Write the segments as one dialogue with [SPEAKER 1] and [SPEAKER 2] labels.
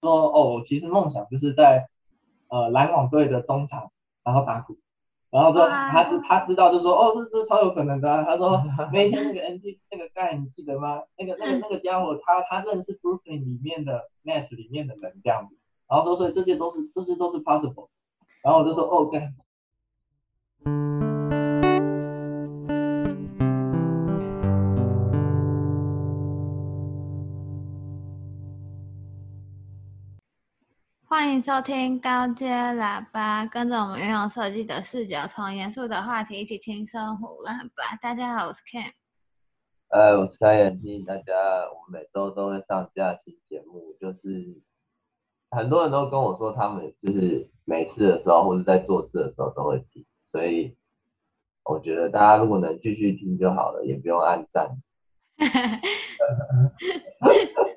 [SPEAKER 1] 说哦，我其实梦想就是在呃篮网队的中场，然后打鼓。然后说
[SPEAKER 2] 哇
[SPEAKER 1] 他是他知道就说哦这这超有可能的、啊，他说那一天那个 N G 那个盖你记得吗？那个那个那个家伙他他认识 Brooklyn 里面的 Nets 里面的人这样子，然后说所以这些都是这些都是 possible，然后我就说哦干，
[SPEAKER 2] 欢迎收听高阶喇叭，跟着我们运用设计的视角，从严肃的话题一起轻松胡乱吧。大家好，我是 Cam。
[SPEAKER 3] 呃，我是开眼睛，大家，我每周都会上架新节目，就是很多人都跟我说，他们就是没事的时候或者在做事的时候都会听，所以我觉得大家如果能继续听就好了，也不用按赞，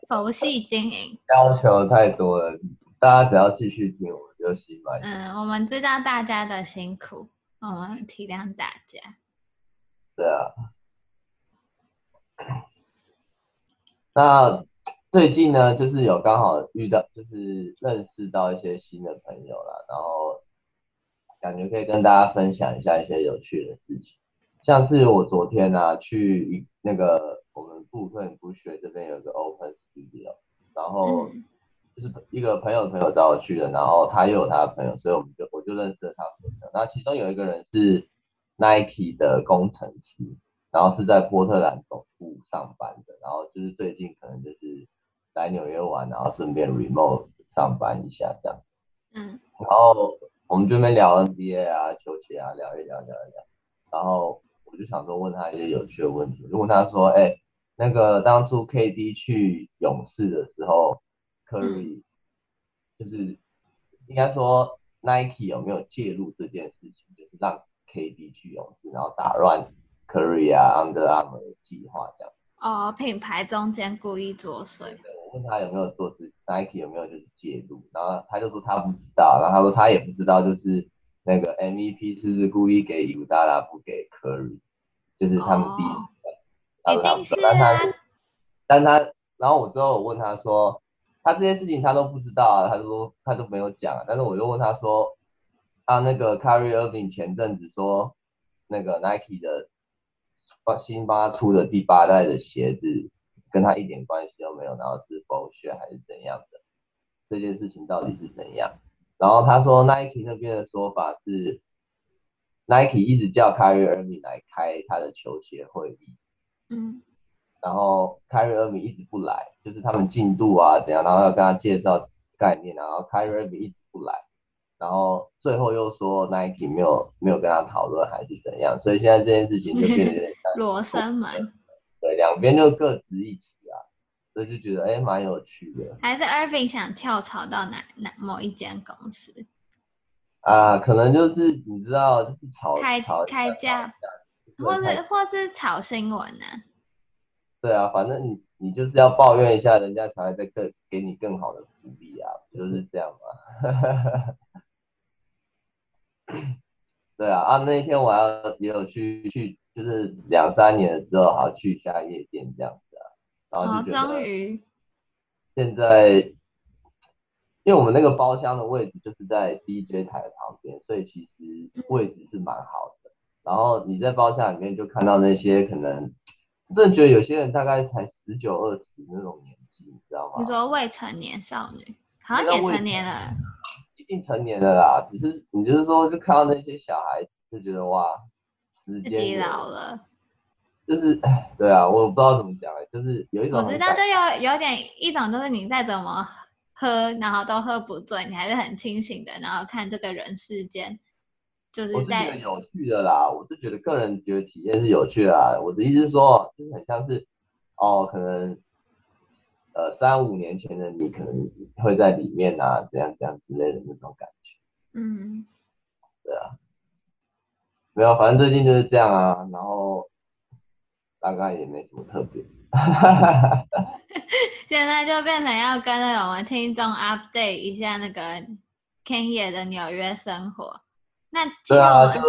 [SPEAKER 2] 佛系经营，
[SPEAKER 3] 要求太多了，大家只要继续听，我们就心满意足。
[SPEAKER 2] 嗯，我们知道大家的辛苦，我们体谅大家。
[SPEAKER 3] 对啊，那最近呢，就是有刚好遇到，就是认识到一些新的朋友啦，然后感觉可以跟大家分享一下一些有趣的事情，像是我昨天呢、去一那个我们布克林不学这边有个 Open Studio，然后
[SPEAKER 2] 嗯
[SPEAKER 3] 就是一个朋友的朋友找我去的，然后他又有他的朋友，所以我们就我就认识了他们的朋友，然后其中有一个人是 Nike 的工程师，然后是在波特兰总部上班的，然后就是最近可能就是来纽约玩，然后顺便 remote 上班一下这样。
[SPEAKER 2] 嗯，
[SPEAKER 3] 然后我们这边聊 NBA 啊、球鞋啊，聊一聊，聊一聊。然后我就想说问他一些有趣的问题，就问他说：“哎、那个当初 KD 去勇士的时候，Curry 就是应该说 Nike 有没有介入这件事情，就是让 KD 去勇士，然后打乱 Curry 啊、Under Armour 的计划这样。”
[SPEAKER 2] 哦，品牌中间故意作祟，
[SPEAKER 3] 我问他有没有做自 Nike 有没有就是介入，然后他就说他不知道，然后他说他也不知道，就是那个 MVP 是不是故意给尤达拉不给 Curry，就是他们第一
[SPEAKER 2] 哦
[SPEAKER 3] 他
[SPEAKER 2] 一
[SPEAKER 3] 说他
[SPEAKER 2] 定
[SPEAKER 3] 不知
[SPEAKER 2] 是
[SPEAKER 3] 道但
[SPEAKER 2] 啊
[SPEAKER 3] 他，但他然后我之后我问他说，他这些事情他都不知道啊，他就说他就没有讲啊，但是我就问他说，啊那个 Curry Irving 前阵子说那个 Nike 的帮新帮他出的第八代的鞋子跟他一点关系都没有，然后是否学还是怎样的，这件事情到底是怎样？然后他说 Nike 那边的说法是，Nike 一直叫 Kyrie Irving 来开他的球鞋会议，
[SPEAKER 2] 嗯
[SPEAKER 3] 然后 Kyrie Irving 一直不来，就是他
[SPEAKER 2] 哦
[SPEAKER 3] 们进度啊怎样，然后要跟他介绍概念，啊然后 Kyrie Irving 一直不来，然后最后又说 Nike 没有没有跟他讨论还是怎样，所以现在这件事情就变得有点 像
[SPEAKER 2] 罗生门，
[SPEAKER 3] 对，两边就各执一词啊，所以就觉得哎蛮有趣的
[SPEAKER 2] 还是 Irving 想跳槽到哪哪某一间公司，
[SPEAKER 3] 啊，可能就是你知道就是吵
[SPEAKER 2] 开
[SPEAKER 3] 吵
[SPEAKER 2] 开价，
[SPEAKER 3] 对
[SPEAKER 2] 或
[SPEAKER 3] 开
[SPEAKER 2] 是或是炒新闻呢、啊？
[SPEAKER 3] 对啊，反正你你就是要抱怨一下，人家才会再更给你更好的福利啊，不就是这样嘛。 对啊，啊那一天我还要也有去去，就是两三年了之后，好去一下夜店这样子啊，然后
[SPEAKER 2] 哦，
[SPEAKER 3] 就觉
[SPEAKER 2] 终
[SPEAKER 3] 得
[SPEAKER 2] 于，
[SPEAKER 3] 现在，因为我们那个包厢的位置就是在 DJ 台的旁边，所以其
[SPEAKER 2] 嗯
[SPEAKER 3] 实位置是蛮好的。然后你在包厢里面就看到那些可能，真的觉得有些人大概才十九二十那种年纪，你知道吗？
[SPEAKER 2] 你说未成年少女，好像
[SPEAKER 3] 啊那
[SPEAKER 2] 也
[SPEAKER 3] 未
[SPEAKER 2] 成年了，
[SPEAKER 3] 一定成年了啦，只是你就是说就看到那些小孩子就觉得哇，时
[SPEAKER 2] 自
[SPEAKER 3] 间
[SPEAKER 2] 己
[SPEAKER 3] 有
[SPEAKER 2] 老了。
[SPEAKER 3] 就是唉对啊，我不知道怎么讲、欸，就是有一种
[SPEAKER 2] 我知
[SPEAKER 3] 很
[SPEAKER 2] 道，
[SPEAKER 3] 感
[SPEAKER 2] 就有有点一种，就是你再怎么喝，然后都喝不醉，你还是很清醒的，然后看这个人世间，就
[SPEAKER 3] 我
[SPEAKER 2] 是
[SPEAKER 3] 是觉得
[SPEAKER 2] 在
[SPEAKER 3] 有趣的啦，我是觉得个人觉得体验是有趣的啦。我的意思是说，就是很像是，哦，可能，呃，三五年前的你可能会在里面啊，怎样怎样之类的那种感觉。
[SPEAKER 2] 嗯，
[SPEAKER 3] 没有，反正最近就是这样啊，然后大概也没什么特别。
[SPEAKER 2] 现在就变成要跟着我们听众 update 一下那个 Kenya 的纽约生活。那其
[SPEAKER 3] 对
[SPEAKER 2] 实我
[SPEAKER 3] 啊，
[SPEAKER 2] 们
[SPEAKER 3] 就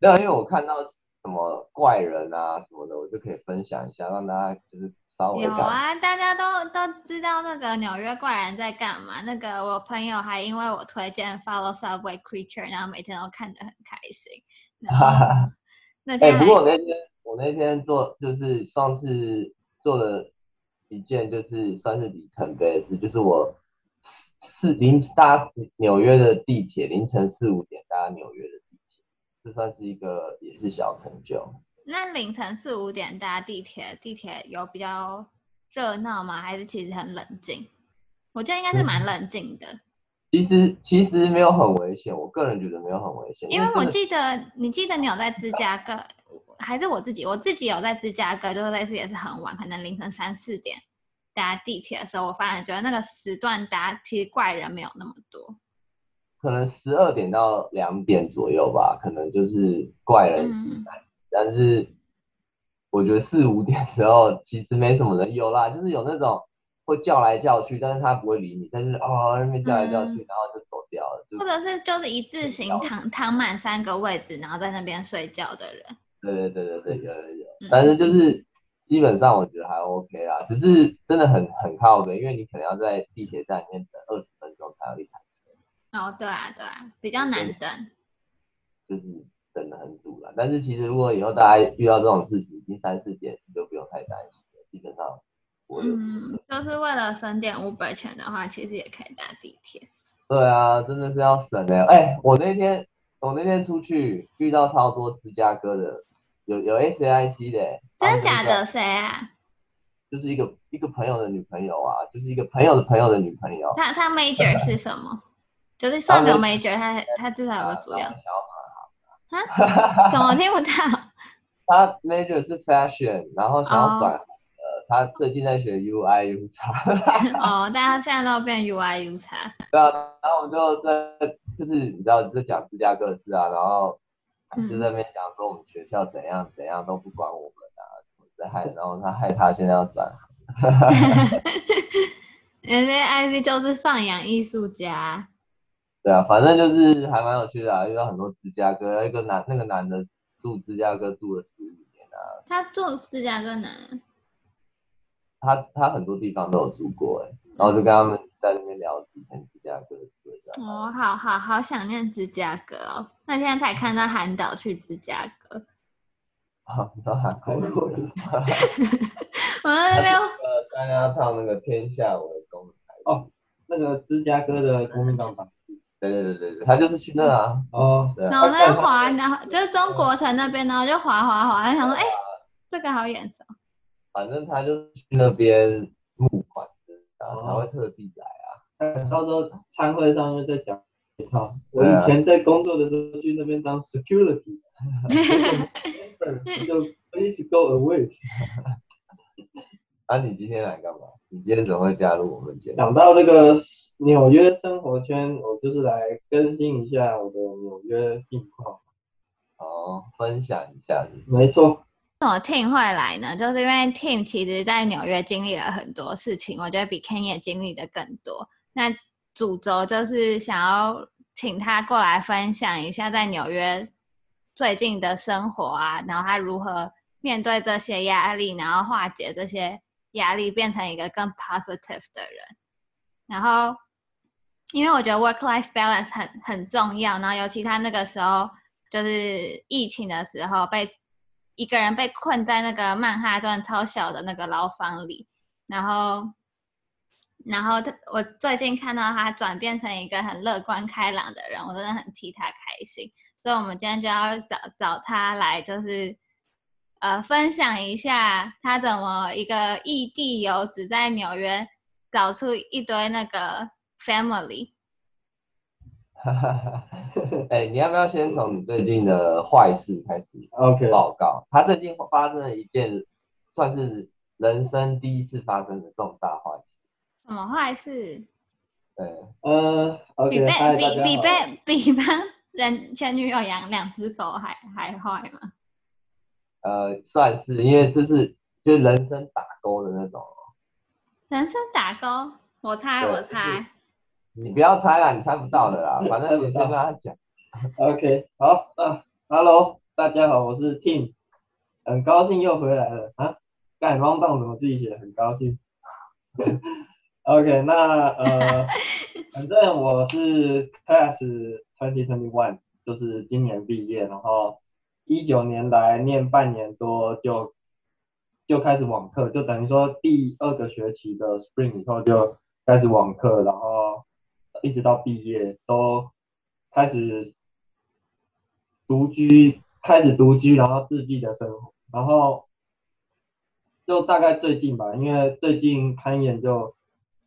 [SPEAKER 3] 没有，因为我看到什么怪人啊什么的，我就可以分享一下，让大家就是稍微
[SPEAKER 2] 有
[SPEAKER 3] 干嘛？
[SPEAKER 2] 啊，大家都都知道那个纽约怪人在干嘛。那个我朋友还因为我推荐 Follow Subway Creature，然后每天都看得很开心。然后那
[SPEAKER 3] 哎、
[SPEAKER 2] 天
[SPEAKER 3] 不
[SPEAKER 2] 还
[SPEAKER 3] 过我那天我那天做就是上次做了一件就是算是里程碑的事，就是我四凌搭纽约的地铁，凌晨四五点搭纽约的地铁，这算是一个也是小成就。
[SPEAKER 2] 那凌晨四五点搭地铁，地铁有比较热闹吗？还是其实很冷静？我觉得应该是蛮冷静的，
[SPEAKER 3] 其实其实没有很危险，我个人觉得没有很危险，
[SPEAKER 2] 因
[SPEAKER 3] 为
[SPEAKER 2] 为我
[SPEAKER 3] 真的
[SPEAKER 2] 记得你记得你有在芝加哥，还是我自己，我自己有在芝加哥，就是类似也是很晚，可能凌晨三四点搭地铁的时候，我反而觉得那个时段搭其实怪人没有那么多。
[SPEAKER 3] 可能十二点到两点左右吧，可能就是怪人集
[SPEAKER 2] 嗯
[SPEAKER 3] 散，但是我觉得四五点之后其实没什么人，有啦，就是有那种会叫来叫去，但是他不会理你，但是哦那边叫来叫去，然后就走掉了，就
[SPEAKER 2] 嗯或者是就是一字型
[SPEAKER 3] 了
[SPEAKER 2] 躺躺满三个位置，然后在那边睡觉的人，
[SPEAKER 3] 对对对对对有有有，
[SPEAKER 2] 嗯
[SPEAKER 3] 但是就是基本上我觉得还 OK 啦，只是真的很很靠北，因为你可能要在地铁站里面等二十分钟才有一台车。
[SPEAKER 2] 哦，对啊，对啊，比较难等。
[SPEAKER 3] 就是等的很堵了。但是其实如果以后大家遇到这种事情，已经三四点你就不用太担心了，基本上不会有。
[SPEAKER 2] 嗯，就是为了省点 Uber 钱的话，其实也可以搭地铁。
[SPEAKER 3] 对啊，真的是要省的、哎、我那天我那天出去遇到超多芝加哥的，有有 SIC 的、欸
[SPEAKER 2] 真假
[SPEAKER 3] 然后
[SPEAKER 2] 的？谁啊？
[SPEAKER 3] 就是一个一个朋友的女朋友啊，就是一个朋友的朋友的女朋友。
[SPEAKER 2] 他他 major 是什么？就是算没有
[SPEAKER 3] 我
[SPEAKER 2] major，他他至少有个主
[SPEAKER 3] 啊然
[SPEAKER 2] 要
[SPEAKER 3] 后。小
[SPEAKER 2] 怎么听不到？
[SPEAKER 3] 她 major 是 fashion，然后想
[SPEAKER 2] 哦
[SPEAKER 3] 要转行呃，她最近在学 UI U 叉。
[SPEAKER 2] 哦，大家现在都变 UI U 叉。
[SPEAKER 3] 对啊，然后我们就在就是你知道就讲芝加哥的事啊，然后
[SPEAKER 2] 嗯
[SPEAKER 3] 就在那边讲说我们学校怎样怎样都不管我们啊，在害，然后他害他现在要转行，
[SPEAKER 2] 人家 IV 就是放养艺术家，
[SPEAKER 3] 对啊，反正就是还蛮有趣的、啊，遇到很多芝加哥，一个男那个男的住芝加哥住了十五年啊，
[SPEAKER 2] 他住芝加哥南。
[SPEAKER 3] 他他很多地方都有住过哎、然后就跟他们在那边聊以前芝加哥的事，这样
[SPEAKER 2] 哦，好好好想念芝加哥哦。那现在才看到韩导去芝加哥，
[SPEAKER 3] 啊，你知道韩国人吗？
[SPEAKER 2] 我们那边
[SPEAKER 3] 呃，大家唱那个天下我的公民，
[SPEAKER 1] 那个芝加哥的公民党党
[SPEAKER 3] 对对对对对，他就是去那啊。
[SPEAKER 1] 哦，
[SPEAKER 3] 对啊
[SPEAKER 2] 然后在
[SPEAKER 3] 但是
[SPEAKER 2] 滑，然后就是中国城那边，然后就滑滑滑，然后想说，哎、这个好眼熟。
[SPEAKER 3] 反正他就去那边募款，然后他
[SPEAKER 1] 哦
[SPEAKER 3] 会特地来啊。
[SPEAKER 1] 到时候参会上面再讲一套。我
[SPEAKER 3] 对啊
[SPEAKER 1] 以前在工作的时候去那边 当 security，就 please go away。
[SPEAKER 3] 啊，你今天来干嘛？你今天怎么会加入我们节目？
[SPEAKER 1] 讲到这个纽约生活圈，我就是来更新一下我的纽约近况。
[SPEAKER 3] 哦，分享一下是不是
[SPEAKER 1] 没错，
[SPEAKER 2] 为什么 Tim 会来呢？就是因为 Tim 其实在纽约经历了很多事情，我觉得比 Ken 也经历的更多。那主轴就是想要请他过来分享一下在纽约最近的生活啊，然后他如何面对这些压力，然后化解这些压力，变成一个更 positive 的人。然后，因为我觉得 work life balance 很很重要，然后尤其他那个时候就是疫情的时候被一个人被困在那个曼哈顿超小的那个牢房里，然后，然后他我最近看到他转变成一个很乐观开朗的人，我真的很替他开心。所以，我们今天就要找找他来，就是呃，分享一下他怎么一个异地游只在纽约找出一堆那个 family。
[SPEAKER 3] 哎、你要不要先从你最近的坏事开始
[SPEAKER 1] OK，
[SPEAKER 3] 报告？他最近发生了一件算是人生第一次发生的重大坏事。
[SPEAKER 2] 什么坏事？
[SPEAKER 3] 对，
[SPEAKER 1] 呃
[SPEAKER 2] 比
[SPEAKER 1] ，OK，
[SPEAKER 2] 被
[SPEAKER 1] 嗨，大
[SPEAKER 2] 比
[SPEAKER 1] 家
[SPEAKER 2] 比
[SPEAKER 1] 好。
[SPEAKER 2] 被比帮人前女友养两只狗还还坏吗？
[SPEAKER 3] 呃，算是因为这是就是人生打勾的那种。
[SPEAKER 2] 人生打勾，我猜
[SPEAKER 3] 对
[SPEAKER 2] 我
[SPEAKER 3] 就是
[SPEAKER 2] 猜，
[SPEAKER 3] 你不要猜啦，你猜不到的啦，反正你先
[SPEAKER 1] 猜
[SPEAKER 3] 跟
[SPEAKER 1] 不
[SPEAKER 3] 他讲。
[SPEAKER 1] OK，好，那、Hello，大家好，我是 Tim，很高兴又回来了啊。干 round down 怎么自己写，很高兴。OK，那呃，反正我是 class twenty twenty one，就是今年毕业，然后一九年来念半年多就就开始网课，就等于说第二个学期的 spring 以后就开始网课，然后一直到毕业都开始独居，开始独居，然后自闭的生活，然后就大概最近吧，因为最近攀岩就。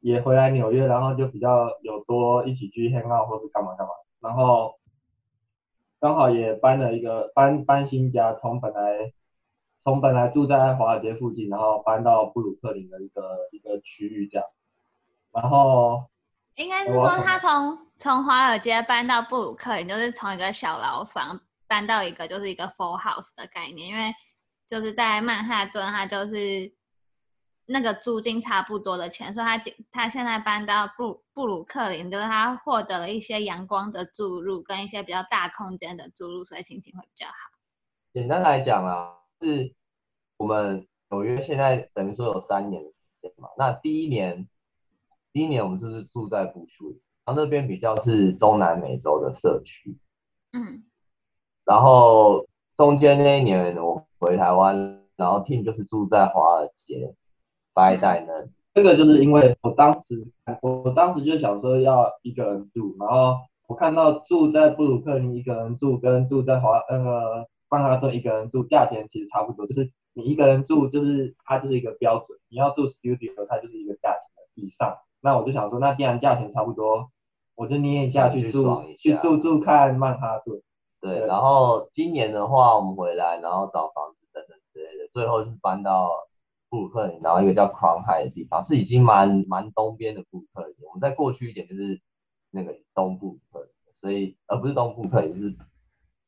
[SPEAKER 1] 也回来纽约，然后就比较有多一起去 hang out 或是干嘛干嘛，然后刚好也搬了一个搬搬新家，从本来从本来住在华尔街附近，然后搬到布鲁克林的一个一个区域这样，然后
[SPEAKER 2] 应该是说
[SPEAKER 1] 啊
[SPEAKER 2] 他从从华尔街搬到布鲁克林，就是从一个小牢房搬到一个就是一个 full house 的概念，因为就是在曼哈顿，它就是。那个租金差不多的钱，所以他他现在搬到布布鲁克林，就是他获得了一些阳光的注入，跟一些比较大空间的注入，所以心情会比较好。
[SPEAKER 3] 简单来讲啊，是我们纽约现在等于说有三年的时间嘛。那第一年，第一年我们就是住在布树里，然后那边比较是中南美洲的社区，
[SPEAKER 2] 嗯，
[SPEAKER 3] 然后中间那一年我回台湾，然后 Tim 就是住在华尔街。白带呢？
[SPEAKER 1] 这个就是因为我当时，我我当时就想说要一个人住，然后我看到住在布鲁克林一个人住跟住在华那个曼哈顿一个人住价钱其实差不多，就是你一个人住就是它就是一个标准，你要住 studio 它就是一个价钱以上。那我就想说，那既然价钱差不多，我就捏一下去住去住住看曼哈顿。
[SPEAKER 3] 对，然后今年的话，我们回来然后找房子等等之类的，最后是搬到。布鲁克林，然后一个叫 Crown High 的地方，是已经蛮蛮东边的布鲁克林。我们再过去一点就是那个东部克林，所以呃不是东部克林，是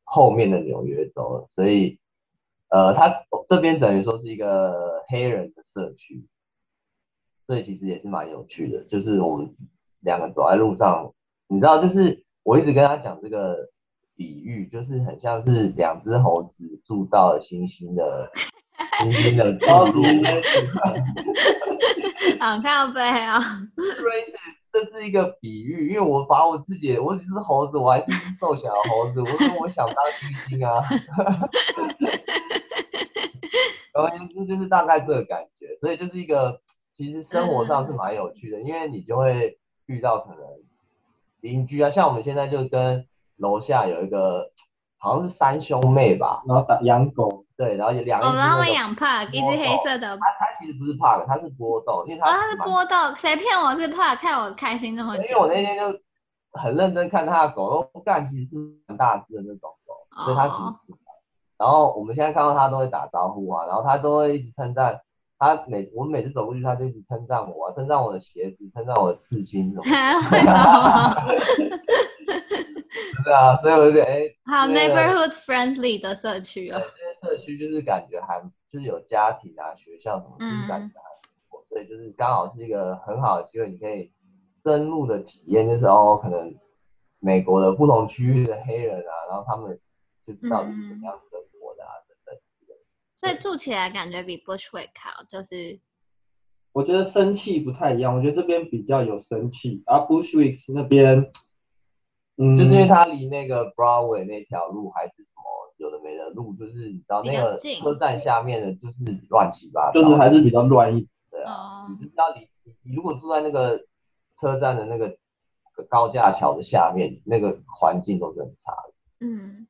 [SPEAKER 3] 后面的纽约州了。所以呃，它这边等于说是一个黑人的社区，所以其实也是蛮有趣的。就是我们两个走在路上，你知道，就是我一直跟他讲这个比喻，就是很像是两只猴子住到了星星的。星星的
[SPEAKER 1] 高 度，
[SPEAKER 2] 好靠背啊
[SPEAKER 3] ！Racist，这是一个比喻，因为我把我自己，我只是猴子，我还是只瘦小的猴子，我说我想当猩猩啊。 然后这就是大概这个感觉，所以就是一个其实生活上是蛮有趣的，因为你就会遇到可能邻居啊，像我们现在就跟楼下有一个。好像是三兄妹吧，
[SPEAKER 1] 然后打养狗，
[SPEAKER 3] 对，然后有两
[SPEAKER 2] 哦，然后他们养 Park，一只黑色的。
[SPEAKER 3] 它它其实不是 Park，它是波豆，因为它
[SPEAKER 2] 哦，它是波豆，谁骗我是 Park？看我开心那么久。
[SPEAKER 3] 因为我那天就很认真看它的狗，不干其实是很大只的那种狗，哦、所以它其 实。然后我们现在看到它都会打招呼啊，然后它都会一直称赞，它每我每次走过去，它就一直称赞我、啊，称赞我的鞋子，称赞我的刺青什么。 对啊，所以我就觉得哎，
[SPEAKER 1] 啊
[SPEAKER 2] 好 neighborhood friendly 的社区哦。
[SPEAKER 3] 这些社区就是感觉还就是有家庭啊、学校什么，就是感觉还不错，所以就是刚好是一个很好的机会，你可以深入的体验，就是哦，可能美国的不同区域的黑人啊，然后他们就是到底是怎样生活的啊等等。
[SPEAKER 2] 所以住起来感觉比 Bushwick 好，就是
[SPEAKER 1] 我觉得生气不太一样，我觉得这边比较有生气，而 Bushwick 那边。
[SPEAKER 3] 嗯，就是因为它离那个 Broadway 那条路还是什么有的没的路，就是你知道那个车站下面的，就是乱七八
[SPEAKER 1] 糟，就是还是比较乱一点。
[SPEAKER 3] 对啊，
[SPEAKER 2] 嗯
[SPEAKER 3] 哦、你知道你你如果住在那个车站的那个高架桥的下面，那个环境都是很差的。
[SPEAKER 2] 嗯，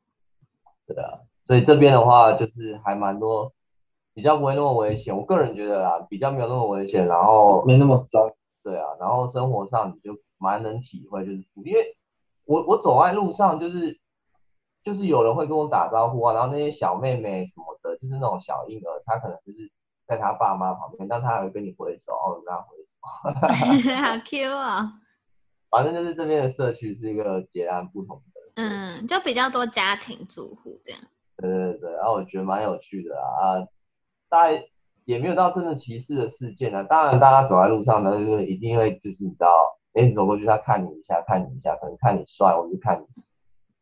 [SPEAKER 3] 对啊，所以这边的话就是还蛮多，比较不会那么危险。我个人觉得啦，比较没有那么危险，然后
[SPEAKER 1] 没那么脏。
[SPEAKER 3] 对啊，然后生活上你就蛮能体会，就是因为。我我走在路上就是就是有人会跟我打招呼啊，然后那些小妹妹什么的，就是那种小婴儿，她可能就是在她爸妈旁边，但她还会跟你挥手，哦，跟她挥
[SPEAKER 2] 手，好 Q 哦。
[SPEAKER 3] 反正就是这边的社区是一个截然不同的，
[SPEAKER 2] 嗯，就比较多家庭住户这样。
[SPEAKER 3] 对对对，然、啊、后我觉得蛮有趣的啊，大家也没有到真的歧视的事件啊，当然大家走在路上呢，就是一定会就是你知道。哎，你走过去，他看你一下，看你一下，可能看你帅，我就看你，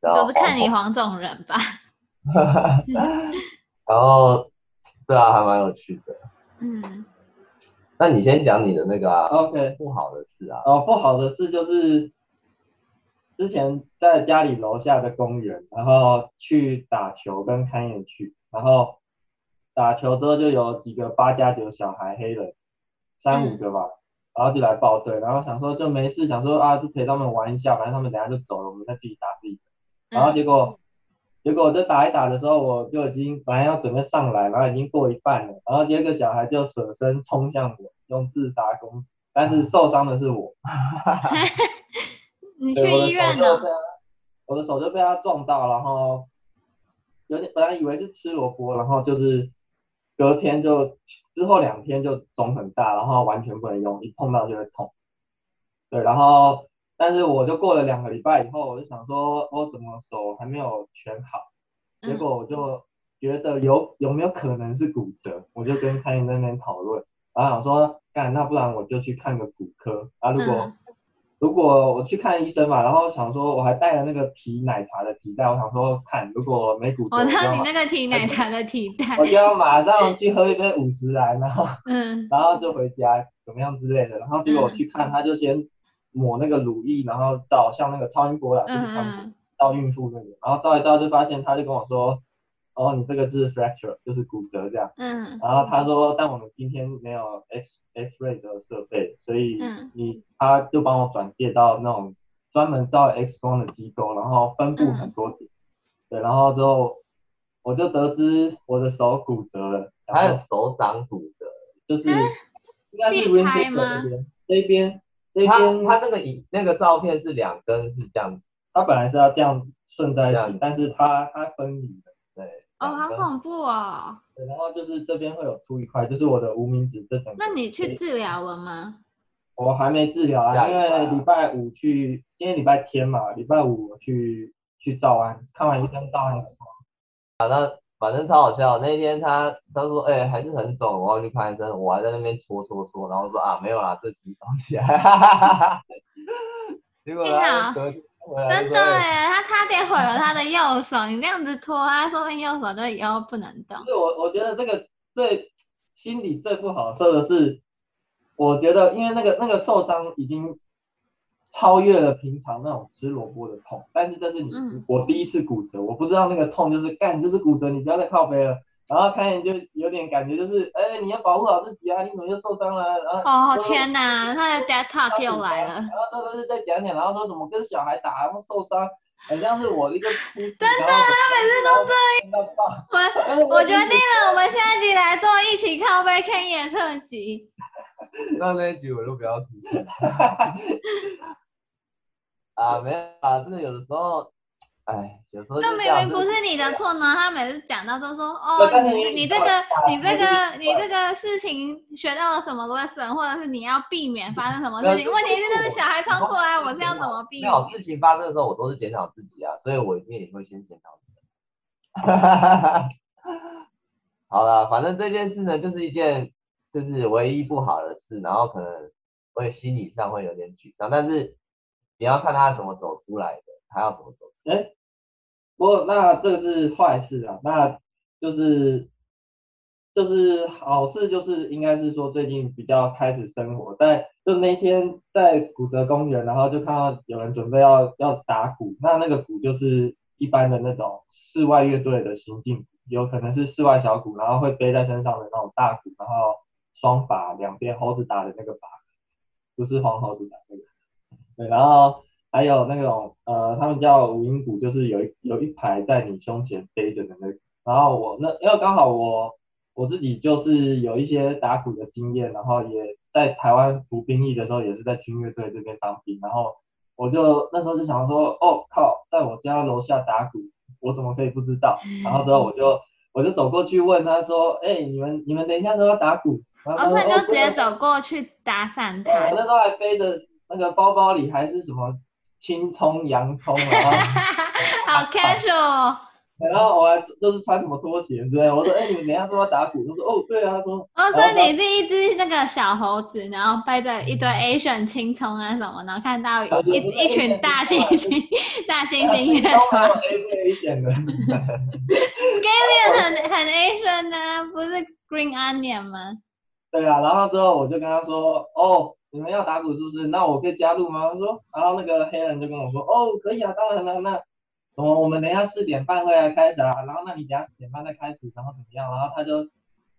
[SPEAKER 1] 哦
[SPEAKER 2] 就是看你黄种人吧。
[SPEAKER 3] 然后，对啊，还蛮有趣的。
[SPEAKER 2] 嗯
[SPEAKER 3] 那你先讲你的那个啊，
[SPEAKER 1] OK，
[SPEAKER 3] 不好的事啊，
[SPEAKER 1] 哦，不好的事就是之前在家里楼下的公园，然后去打球跟看演去，然后打球之后就有几个八加九小孩黑人，三
[SPEAKER 3] 嗯
[SPEAKER 1] 五个吧，然后就来报队，然后想说就没事，想说啊就陪他们玩一下，反正他们等下就走了，我们再自己打自己的。 然
[SPEAKER 2] 嗯
[SPEAKER 1] 后结果，结果我就打一打的时候，我就已经本来要准备上来，然后已经过一半了，然后结果一个小孩就舍身冲向我，用自杀攻击，但是受伤的是我，
[SPEAKER 2] 你去
[SPEAKER 1] 对，我的
[SPEAKER 2] 医
[SPEAKER 1] 手
[SPEAKER 2] 院哦
[SPEAKER 1] 就
[SPEAKER 2] 了、
[SPEAKER 1] 被他我的手就被他撞到，然后有点本来以为是吃萝卜，然后就是隔天就之后两天就肿很大，然后完全不能用，一碰到就会痛。对，然后但是我就过了两个礼拜以后，我就想说，我、怎么手还没有全好？结
[SPEAKER 2] 嗯
[SPEAKER 1] 果我就觉得有有没有可能是骨折，我就跟康颖在那边讨论，然后想说，干那不然我就去看个骨科啊，如果、
[SPEAKER 2] 嗯
[SPEAKER 1] 如果我去看医生嘛，然后想说我还带了那个提奶茶的提袋，我想说看如果没骨折，
[SPEAKER 2] 嗯我
[SPEAKER 1] 我
[SPEAKER 2] 知
[SPEAKER 1] 就
[SPEAKER 2] 道
[SPEAKER 1] 要
[SPEAKER 2] 你
[SPEAKER 1] 马
[SPEAKER 2] 哦那个提奶茶的提袋
[SPEAKER 1] 我，就 要马上去喝一杯五十来，然后
[SPEAKER 2] 嗯
[SPEAKER 1] 然后就回家怎么样之类的，然后结果我去看，他就先抹那个乳液，然后照像那个超音波啦，就是超音波
[SPEAKER 2] 嗯
[SPEAKER 1] 照孕妇那个，然后照一照就发现，他就跟我说，哦，你这个就是 fracture，就是骨折这样。
[SPEAKER 2] 嗯
[SPEAKER 1] 然后他说，但我们今天没有 X X ray 的设备，所以
[SPEAKER 2] 嗯
[SPEAKER 1] 你他就帮我转介到那种专门照 X 光的机构，然后分布很
[SPEAKER 2] 嗯
[SPEAKER 1] 多点。对，然后之后我就得知我的手骨折了，
[SPEAKER 3] 还
[SPEAKER 1] 然
[SPEAKER 3] 有
[SPEAKER 1] 后
[SPEAKER 3] 手掌骨折，
[SPEAKER 1] 就是
[SPEAKER 2] 啊
[SPEAKER 1] 应该是
[SPEAKER 2] 裂开
[SPEAKER 1] Winchester
[SPEAKER 2] 吗
[SPEAKER 1] 这边这边这
[SPEAKER 3] 他
[SPEAKER 1] 边
[SPEAKER 3] 他那个影那个照片是两根是这样，
[SPEAKER 1] 他本来是要这样顺
[SPEAKER 3] 这
[SPEAKER 1] 在一起
[SPEAKER 3] 样，
[SPEAKER 1] 但是他他分离了。
[SPEAKER 2] 嗯，哦，好
[SPEAKER 3] 两根
[SPEAKER 2] 恐怖哦！
[SPEAKER 1] 对，然后就是这边会有凸一块，就是我的无名指这整个。
[SPEAKER 2] 那你去
[SPEAKER 1] 对
[SPEAKER 2] 治疗了吗？
[SPEAKER 1] 我还没治疗
[SPEAKER 3] 下
[SPEAKER 1] 啊，
[SPEAKER 3] 礼
[SPEAKER 1] 因
[SPEAKER 3] 拜啊
[SPEAKER 1] 为礼拜五去，因为礼拜天嘛，礼拜五我去去照安，看完医生照安，
[SPEAKER 3] 反正超好笑。那天他他说，哎、还是很肿，我要去看医生，我还在那边搓搓搓，然后说啊，没有啦，这只是肿起来。 哈哈哈哈结果他隔天回来就
[SPEAKER 2] 啊真
[SPEAKER 3] 说
[SPEAKER 2] 的哎，他差点毁了他的右手，你这样子拖他，说不定右手就以后不能动
[SPEAKER 1] 就。是我我觉得这个最心里最不好受的是，我觉得因为那个那个受伤已经超越了平常那种吃萝卜的痛，但是这是你、
[SPEAKER 2] 嗯
[SPEAKER 1] 我第一次骨折，我不知道那个痛就是干，这是骨折，你不要再靠背了。然后开眼就有点感觉就是，哎，你要保护好自己啊，你怎么就受伤了啊？然后
[SPEAKER 2] 哦
[SPEAKER 1] 我
[SPEAKER 2] 天哪，他的 dead talk 又来了
[SPEAKER 1] 然，后都是在讲讲，然后说什么跟小孩打，然后受伤，很像是我一个哭泣。真的，啊每次都
[SPEAKER 2] 我
[SPEAKER 1] 这样。
[SPEAKER 2] 我决定了，我们下一集来做一起靠背 Ken 也特辑。
[SPEAKER 3] 那那一局我就不要出现。 啊，没有啊，这个有的时候，哎，有时候
[SPEAKER 2] 就
[SPEAKER 3] 这
[SPEAKER 2] 明
[SPEAKER 3] 样
[SPEAKER 2] 明不
[SPEAKER 3] 就是
[SPEAKER 2] 你的错呢，他每次讲到都说
[SPEAKER 1] 对
[SPEAKER 2] 哦，
[SPEAKER 1] 但是
[SPEAKER 2] 你你
[SPEAKER 1] 你你
[SPEAKER 2] 这
[SPEAKER 1] 不
[SPEAKER 2] 个
[SPEAKER 1] 能打
[SPEAKER 2] 你这
[SPEAKER 1] 你不能
[SPEAKER 2] 个你这个事情学到了什么 lesson，或者是你要避免发生什么事
[SPEAKER 3] 但
[SPEAKER 2] 情。
[SPEAKER 3] 是
[SPEAKER 2] 问题是这
[SPEAKER 3] 我
[SPEAKER 2] 个小孩冲过来，我是要怎么避
[SPEAKER 3] 没
[SPEAKER 2] 免？
[SPEAKER 3] 有事情发生的时候，我都是检讨自己啊，所以我一定也会先检讨自己。 好了，反正这件事呢，就是一件就是唯一不好的事，然后可能会心理上会有点沮丧，但是你要看他怎么走出来的，他要怎么走出
[SPEAKER 1] 不过那这个是坏事啊，那就是就是好事，就是应该是说最近比较开始生活，但就那天在古德公园，然后就看到有人准备要要打鼓，那那个鼓就是一般的那种室外乐队的行进鼓，有可能是室外小鼓，然后会背在身上的那种大鼓，然后双把两边猴子打的那个把，不是黄猴子打那个，对，然后。还有那种呃，他们叫五音鼓，就是有一有一排在你胸前背着的那个。然后我那因为刚好我我自己就是有一些打鼓的经验，然后也在台湾服兵役的时候，也是在军乐队这边当兵，然后我就那时候就想说，哦靠，在我家楼下打鼓，我怎么可以不知道？然后之后我就我就走过去问他说，哎、你们你们等一下都要打鼓？然后
[SPEAKER 2] 哦，
[SPEAKER 1] 他说
[SPEAKER 2] 所以就直
[SPEAKER 1] 不
[SPEAKER 2] 接
[SPEAKER 1] 要
[SPEAKER 2] 走过去搭讪
[SPEAKER 1] 对我
[SPEAKER 2] 他
[SPEAKER 1] 那。时候还背着那个包包里还是什么青葱、洋葱，然后
[SPEAKER 2] 好 casual，哦
[SPEAKER 1] 然后我还就是穿什么拖鞋之类的。我说：“哎、你们等一下说要打鼓。”他说：“哦，对啊。”他说
[SPEAKER 2] 哦，所以你是一只那个小猴子，然后背着一堆 Asian 青葱啊什么，然后看到
[SPEAKER 1] 啊
[SPEAKER 2] 一
[SPEAKER 1] 也不是
[SPEAKER 2] 一群
[SPEAKER 1] Asian
[SPEAKER 2] 大猩
[SPEAKER 1] 青葱啊就是
[SPEAKER 2] 猩大：“猩
[SPEAKER 1] 哎
[SPEAKER 2] 猩乐
[SPEAKER 1] 青葱
[SPEAKER 2] 团
[SPEAKER 1] 蛮有 A 一点的。
[SPEAKER 2] 啊，Scallion 很很 Asian 呢、不是 Green Onion 吗？”
[SPEAKER 1] 对啊，然后之后我就跟他说，哦，你们要打鼓是不是？那我可以加入吗？他说，然后那个黑人就跟我说，哦，可以啊，当然了，那什么我们等一下四点半会来开始啊，然后那你等一下四点半再开始，然后怎么样？然后他就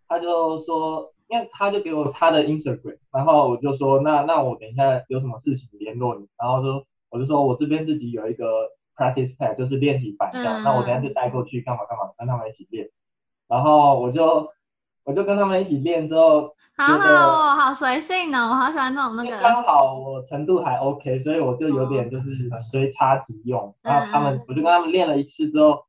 [SPEAKER 1] 他就说，因为他就给我他的 Instagram，然后我就说，那那我等一下有什么事情联络你，然后就我就说我这边自己有一个 practice pad，就是练习板这样，
[SPEAKER 2] 嗯
[SPEAKER 1] 那我等一下就带过去干嘛干嘛，跟他们一起练，然后我就我就跟他们一起练之后。
[SPEAKER 2] 好好哦，好随性哦，我好喜欢这种那
[SPEAKER 1] 因为
[SPEAKER 2] 个，
[SPEAKER 1] 刚好我程度还 OK，所以我就有点就是随插即用。然后他
[SPEAKER 2] 哦嗯
[SPEAKER 1] 们，我就跟他们练了一次之后，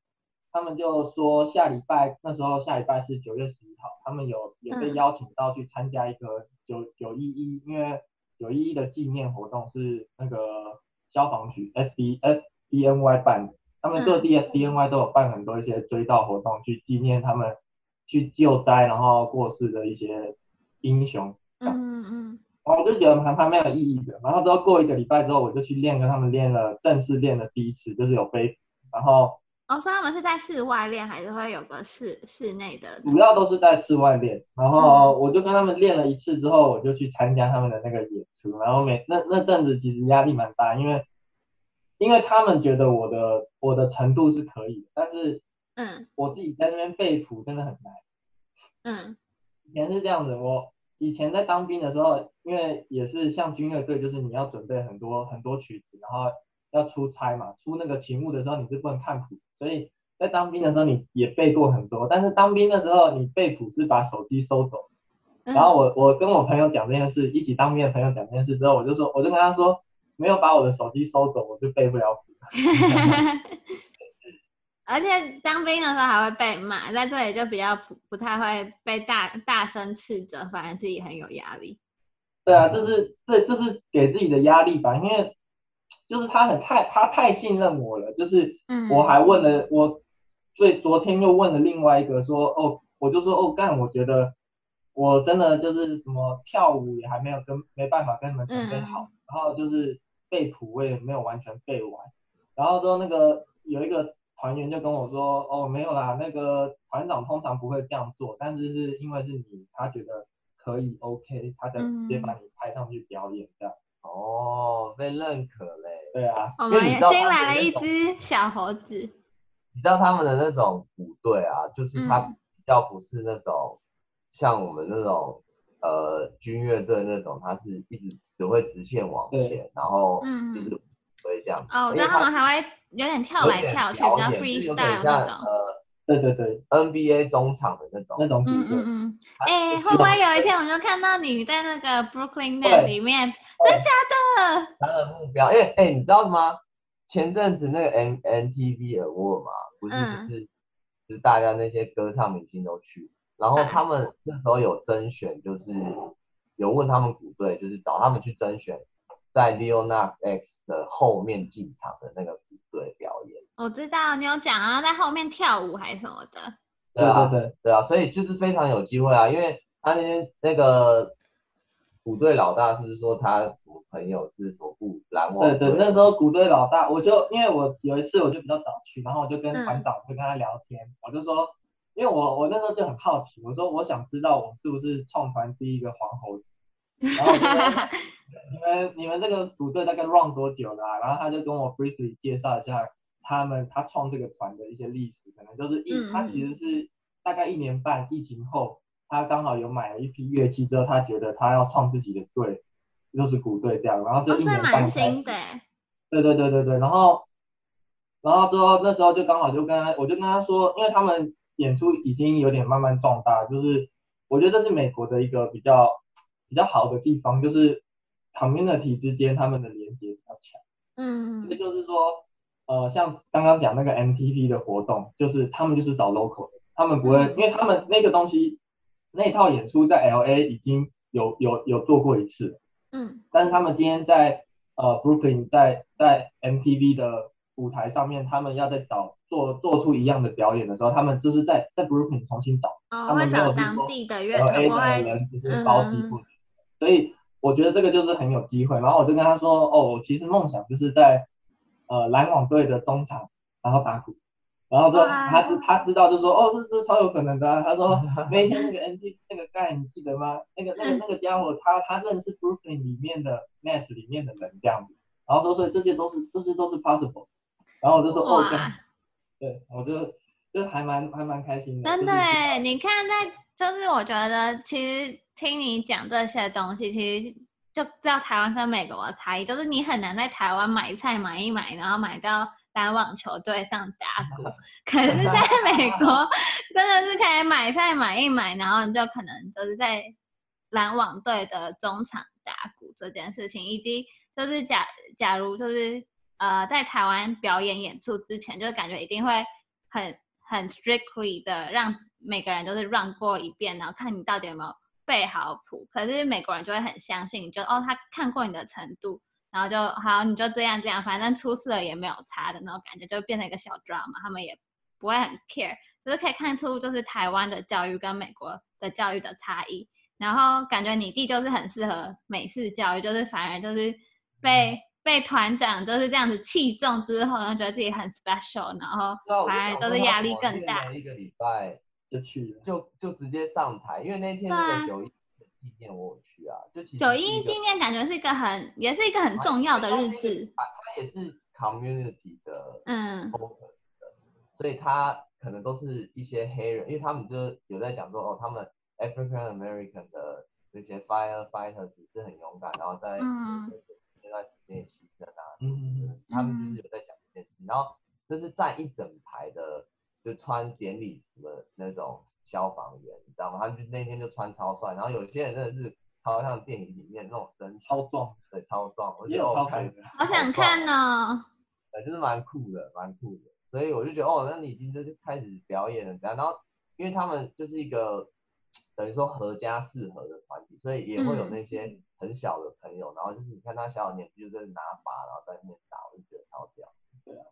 [SPEAKER 1] 他们就说下礼拜那时候下礼拜是九月十一号，他们有有被
[SPEAKER 2] 嗯
[SPEAKER 1] 邀请到去参加一个九九一一，因为九一一的纪念活动是那个消防局 FB FBNY 办的，他们各
[SPEAKER 2] 嗯
[SPEAKER 1] 地 FBNY 都有办很多一些追悼活动，去纪念他们去救灾然后过世的一些英雄。
[SPEAKER 2] 嗯嗯
[SPEAKER 1] 然后我就觉得还还蛮有意义的。然后之后过一个礼拜之后，我就去练，跟他们练了正式练的第一次，就是有飞。然后
[SPEAKER 2] 嗯，哦，所以他们是在室外练，还是会有个室室内的那
[SPEAKER 1] 主
[SPEAKER 2] 个？
[SPEAKER 1] 要都是在室外练。然后我就跟他们练了一次之后，我就去参加他们的那个演出。然后每那那阵子其实压力蛮大，因为因为他们觉得我的我的程度是可以的，但是
[SPEAKER 2] 嗯
[SPEAKER 1] 我自己在那边背谱真的很难。
[SPEAKER 2] 嗯
[SPEAKER 1] 以前是这样子，我以前在当兵的时候，因为也是像军乐队，就是你要准备很多很多曲子，然后要出差嘛，出那个勤务的时候你是不能看谱，所以在当兵的时候你也背过很多，但是当兵的时候你背谱是把手机收走。
[SPEAKER 2] 嗯，
[SPEAKER 1] 然后我我跟我朋友讲这件事，一起当兵的朋友讲这件事之后，我就说我就跟他说，没有把我的手机收走，我就背不了谱。
[SPEAKER 2] 而且当兵的时候还会被骂，在这里就比较不不太会被大大声斥责，反而自己很有压力。
[SPEAKER 1] 对啊，这是这这是给自己的压力吧，因为就是他很太他太信任我了，就是。
[SPEAKER 2] 嗯，
[SPEAKER 1] 我还问了，我最昨天又问了另外一个说，哦，我就说哦干，我觉得我真的就是什么跳舞也还没有跟没办法跟你们准备
[SPEAKER 2] 嗯
[SPEAKER 1] 好，然后就是背谱我也没有完全背完，然后之后那个有一个团员就跟我说，哦没有啦，那个团长通常不会这样做，但是是因为是你，他觉得可以 OK，他才直
[SPEAKER 2] 嗯
[SPEAKER 1] 接把你派上去表演这样，
[SPEAKER 3] 哦，被认可嘞。
[SPEAKER 1] 对啊，
[SPEAKER 2] 我
[SPEAKER 3] 因为
[SPEAKER 2] 们
[SPEAKER 3] 你
[SPEAKER 2] 也
[SPEAKER 3] 知道
[SPEAKER 2] 新
[SPEAKER 3] 他
[SPEAKER 2] 来
[SPEAKER 3] 们
[SPEAKER 2] 了
[SPEAKER 3] 那
[SPEAKER 2] 一
[SPEAKER 3] 种
[SPEAKER 2] 只小猴子，
[SPEAKER 3] 你知道他们的那种鼓队啊，就是他
[SPEAKER 2] 嗯
[SPEAKER 3] 比较不是那种、像我们那种呃军乐队那种，他是一直只会直线往前，然后
[SPEAKER 2] 嗯
[SPEAKER 3] 就是不会这样。
[SPEAKER 2] 哦，我知
[SPEAKER 3] 因
[SPEAKER 2] 道
[SPEAKER 3] 为
[SPEAKER 2] 他们还会有点跳
[SPEAKER 3] 有
[SPEAKER 2] 来
[SPEAKER 3] 点
[SPEAKER 2] 跳去，比
[SPEAKER 3] 表
[SPEAKER 2] 较
[SPEAKER 3] 演就是有点
[SPEAKER 2] freestyle 那
[SPEAKER 3] 像
[SPEAKER 2] 种。嗯
[SPEAKER 3] 呃
[SPEAKER 1] 对对对，
[SPEAKER 3] NBA 中场的那种。
[SPEAKER 1] 那种比
[SPEAKER 2] 嗯
[SPEAKER 1] 赛
[SPEAKER 2] 嗯嗯，
[SPEAKER 3] 他
[SPEAKER 2] 哎、
[SPEAKER 3] 就是
[SPEAKER 2] 会不会
[SPEAKER 3] 让
[SPEAKER 2] 有一天我就看到你在那个 Brooklyn
[SPEAKER 1] 对
[SPEAKER 2] Net 里面？真假的？
[SPEAKER 3] 他的目标，因为哎、你知道吗？前阵子那个 M N T V Award 嘛，不是
[SPEAKER 2] 嗯
[SPEAKER 3] 就是、就是大家那些歌唱明星都去，然后他
[SPEAKER 1] 嗯
[SPEAKER 3] 们那时候有甄选，就是有问他们鼓队，就是找他们去甄选，在 Lil Nas X 的后面进场的那个鼓队表演。
[SPEAKER 2] 我知道你有讲啊，在后面跳舞还是什么的。
[SPEAKER 1] 对
[SPEAKER 3] 啊，
[SPEAKER 1] 对对，
[SPEAKER 3] 对啊，所以就是非常有机会啊，因为他那天那个鼓队老大是不是说他什么朋友是什么部篮
[SPEAKER 2] 哦
[SPEAKER 3] 网
[SPEAKER 1] 对
[SPEAKER 3] 队？
[SPEAKER 1] 对，那时候鼓队老大，我就因为我有一次我就比较早去，然后我就跟
[SPEAKER 2] 嗯
[SPEAKER 1] 团长就跟他聊天，我就说，因为我我那时候就很好奇，我说我想知道我是不是创团第一个黄猴子，然后我就说你们你们这个组队大概 run 多久了啊、然后他就跟我 briefly 介绍一下他们他创这个团的一些历史，可能就是一、
[SPEAKER 2] 嗯嗯
[SPEAKER 1] 他其实是大概一年半疫情后，他刚好有买了一批乐器之后，他觉得他要创自己的队，就是鼓队这样，然后
[SPEAKER 2] 哦，
[SPEAKER 1] 就一
[SPEAKER 2] 所以
[SPEAKER 1] 年半
[SPEAKER 2] 蛮
[SPEAKER 1] 开始
[SPEAKER 2] 新的欸。
[SPEAKER 1] 对对对对对，然后，然后之后那时候就刚好就跟他，我就跟他说，因为他们演出已经有点慢慢壮大，就是我觉得这是美国的一个比较比较好的地方，就是 community 之间他们的连接比较强。
[SPEAKER 2] 嗯
[SPEAKER 1] 这就是说，呃，像刚刚讲那个 MTV 的活动，就是他们就是找 local 的，他们不会，
[SPEAKER 2] 嗯
[SPEAKER 1] 因为他们那个东西那套演出在 LA 已经有有有做过一次了。
[SPEAKER 2] 嗯
[SPEAKER 1] 但是他们今天在呃 Brooklyn 在在 MTV 的舞台上面，他们要在找做做出一样的表演的时候，他们就是在在 Brooklyn 重新找
[SPEAKER 2] 哦，
[SPEAKER 1] 他
[SPEAKER 2] 会
[SPEAKER 1] 们没
[SPEAKER 2] 找
[SPEAKER 1] 有去
[SPEAKER 2] 当
[SPEAKER 1] 过
[SPEAKER 2] 地的乐
[SPEAKER 1] 然后
[SPEAKER 2] 团，
[SPEAKER 1] A
[SPEAKER 2] 我
[SPEAKER 1] 的
[SPEAKER 2] 会
[SPEAKER 1] 人就是包机过去，所以我觉得这个就是很有机会。然后我就跟他说，哦，我其实梦想就是在呃篮网队的中场，然后打鼓，然后就
[SPEAKER 2] 哇
[SPEAKER 1] 他是他知道就说哦，这这超有可能的啊、他说那天那个 NG 那个盖你记得吗？那个那个
[SPEAKER 2] 嗯
[SPEAKER 1] 那个家伙他他认识 Brooklyn 里面的 Nets 里面的人这样子，然后说所以这些都是这些都是 possible，然后我就说哦
[SPEAKER 2] 哇
[SPEAKER 1] 这样子，对，我就就还蛮还蛮开心的，
[SPEAKER 2] 真
[SPEAKER 1] 就
[SPEAKER 2] 的
[SPEAKER 1] 是
[SPEAKER 2] 哎，你看在就是我觉得其实听你讲这些东西，其实就知道台湾跟美国的差异，就是你很难在台湾买菜买一买，然后买到篮网球队上打 鼓，可是在美国真的是可以买菜买一买，然后你就可能就是在篮网队的中场打鼓这件事情，以及就是假假如就是呃在台湾表演演出之前，就是感觉一定会很很 strictly 的让每个人就是 run 过一遍，然后看你到底有没有背好谱。可是美国人就会很相信，就哦他看过你的程度，然后就好你就这样这样，反正出事了也没有差的那种感觉，就变成一个小 drama，他们也不会很 care。就是可以看出，就是台湾的教育跟美国的教育的差异。然后感觉你弟就是很适合美式教育，就是反而就是被被团长就是这样子器重之后，然后觉得自己很 special，然后
[SPEAKER 3] 那我
[SPEAKER 2] 反而
[SPEAKER 3] 想说
[SPEAKER 2] 就是
[SPEAKER 3] 他
[SPEAKER 2] 压力
[SPEAKER 3] 跑
[SPEAKER 2] 更
[SPEAKER 3] 练
[SPEAKER 2] 大
[SPEAKER 3] 了一个礼拜
[SPEAKER 1] 就去了。
[SPEAKER 3] 就就直接上台，因为那天
[SPEAKER 2] 对
[SPEAKER 3] 那
[SPEAKER 2] 啊
[SPEAKER 3] 个九一纪念我有去啊，就其实
[SPEAKER 2] 九
[SPEAKER 3] 是
[SPEAKER 2] 一
[SPEAKER 3] 个
[SPEAKER 2] 纪念感觉是一个很也是一个很重要的日子，
[SPEAKER 3] 它也是 community 的
[SPEAKER 2] 嗯
[SPEAKER 3] focus 的，所以它可能都是一些黑人，因为他们就有在讲说，哦，他们 African American 的这些 firefighters 是很勇敢，然后在
[SPEAKER 2] 嗯
[SPEAKER 3] 这段时间也牺牲啊，
[SPEAKER 1] 嗯，
[SPEAKER 3] 他们就是有在讲这件事，然后这是站一整排的，就穿典礼服的那种消防员，你知道吗？他们就那天就穿超帅，然后有些人真的是超像电影里面那种身材，
[SPEAKER 1] 超壮，
[SPEAKER 3] 对，超壮，我觉
[SPEAKER 1] 也
[SPEAKER 3] 得
[SPEAKER 1] 有
[SPEAKER 3] 我
[SPEAKER 1] 超
[SPEAKER 3] 看
[SPEAKER 1] 胖的。
[SPEAKER 2] 好想看哦，
[SPEAKER 3] 呃，就是蛮酷的，蛮酷的。所以我就觉得，哦，那你已经就是开始表演了，这样，然后因为他们就是一个等于说合家适合的团体，所以也会有
[SPEAKER 2] 嗯
[SPEAKER 3] 那些很小的朋友，然后就是你看他小小年纪就在拿把，然后在那边打，我就觉得超屌。
[SPEAKER 1] 对啊。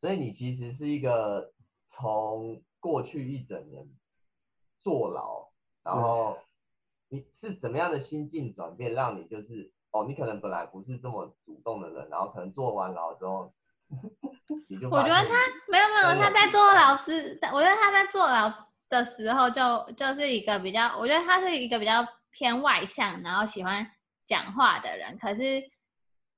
[SPEAKER 3] 所以你其实是一个从过去一整年坐牢，然后你是怎么样的心境转变，让你就是哦，你可能本来不是这么主动的人，然后可能坐完牢之后， 你就
[SPEAKER 2] 我觉得
[SPEAKER 3] 他
[SPEAKER 2] 没有没
[SPEAKER 3] 真
[SPEAKER 2] 有，
[SPEAKER 3] 的
[SPEAKER 2] 他在坐牢时，我觉得他在坐牢的时候就就是一个比较，我觉得他是一个比较偏外向，然后喜欢讲话的人。可是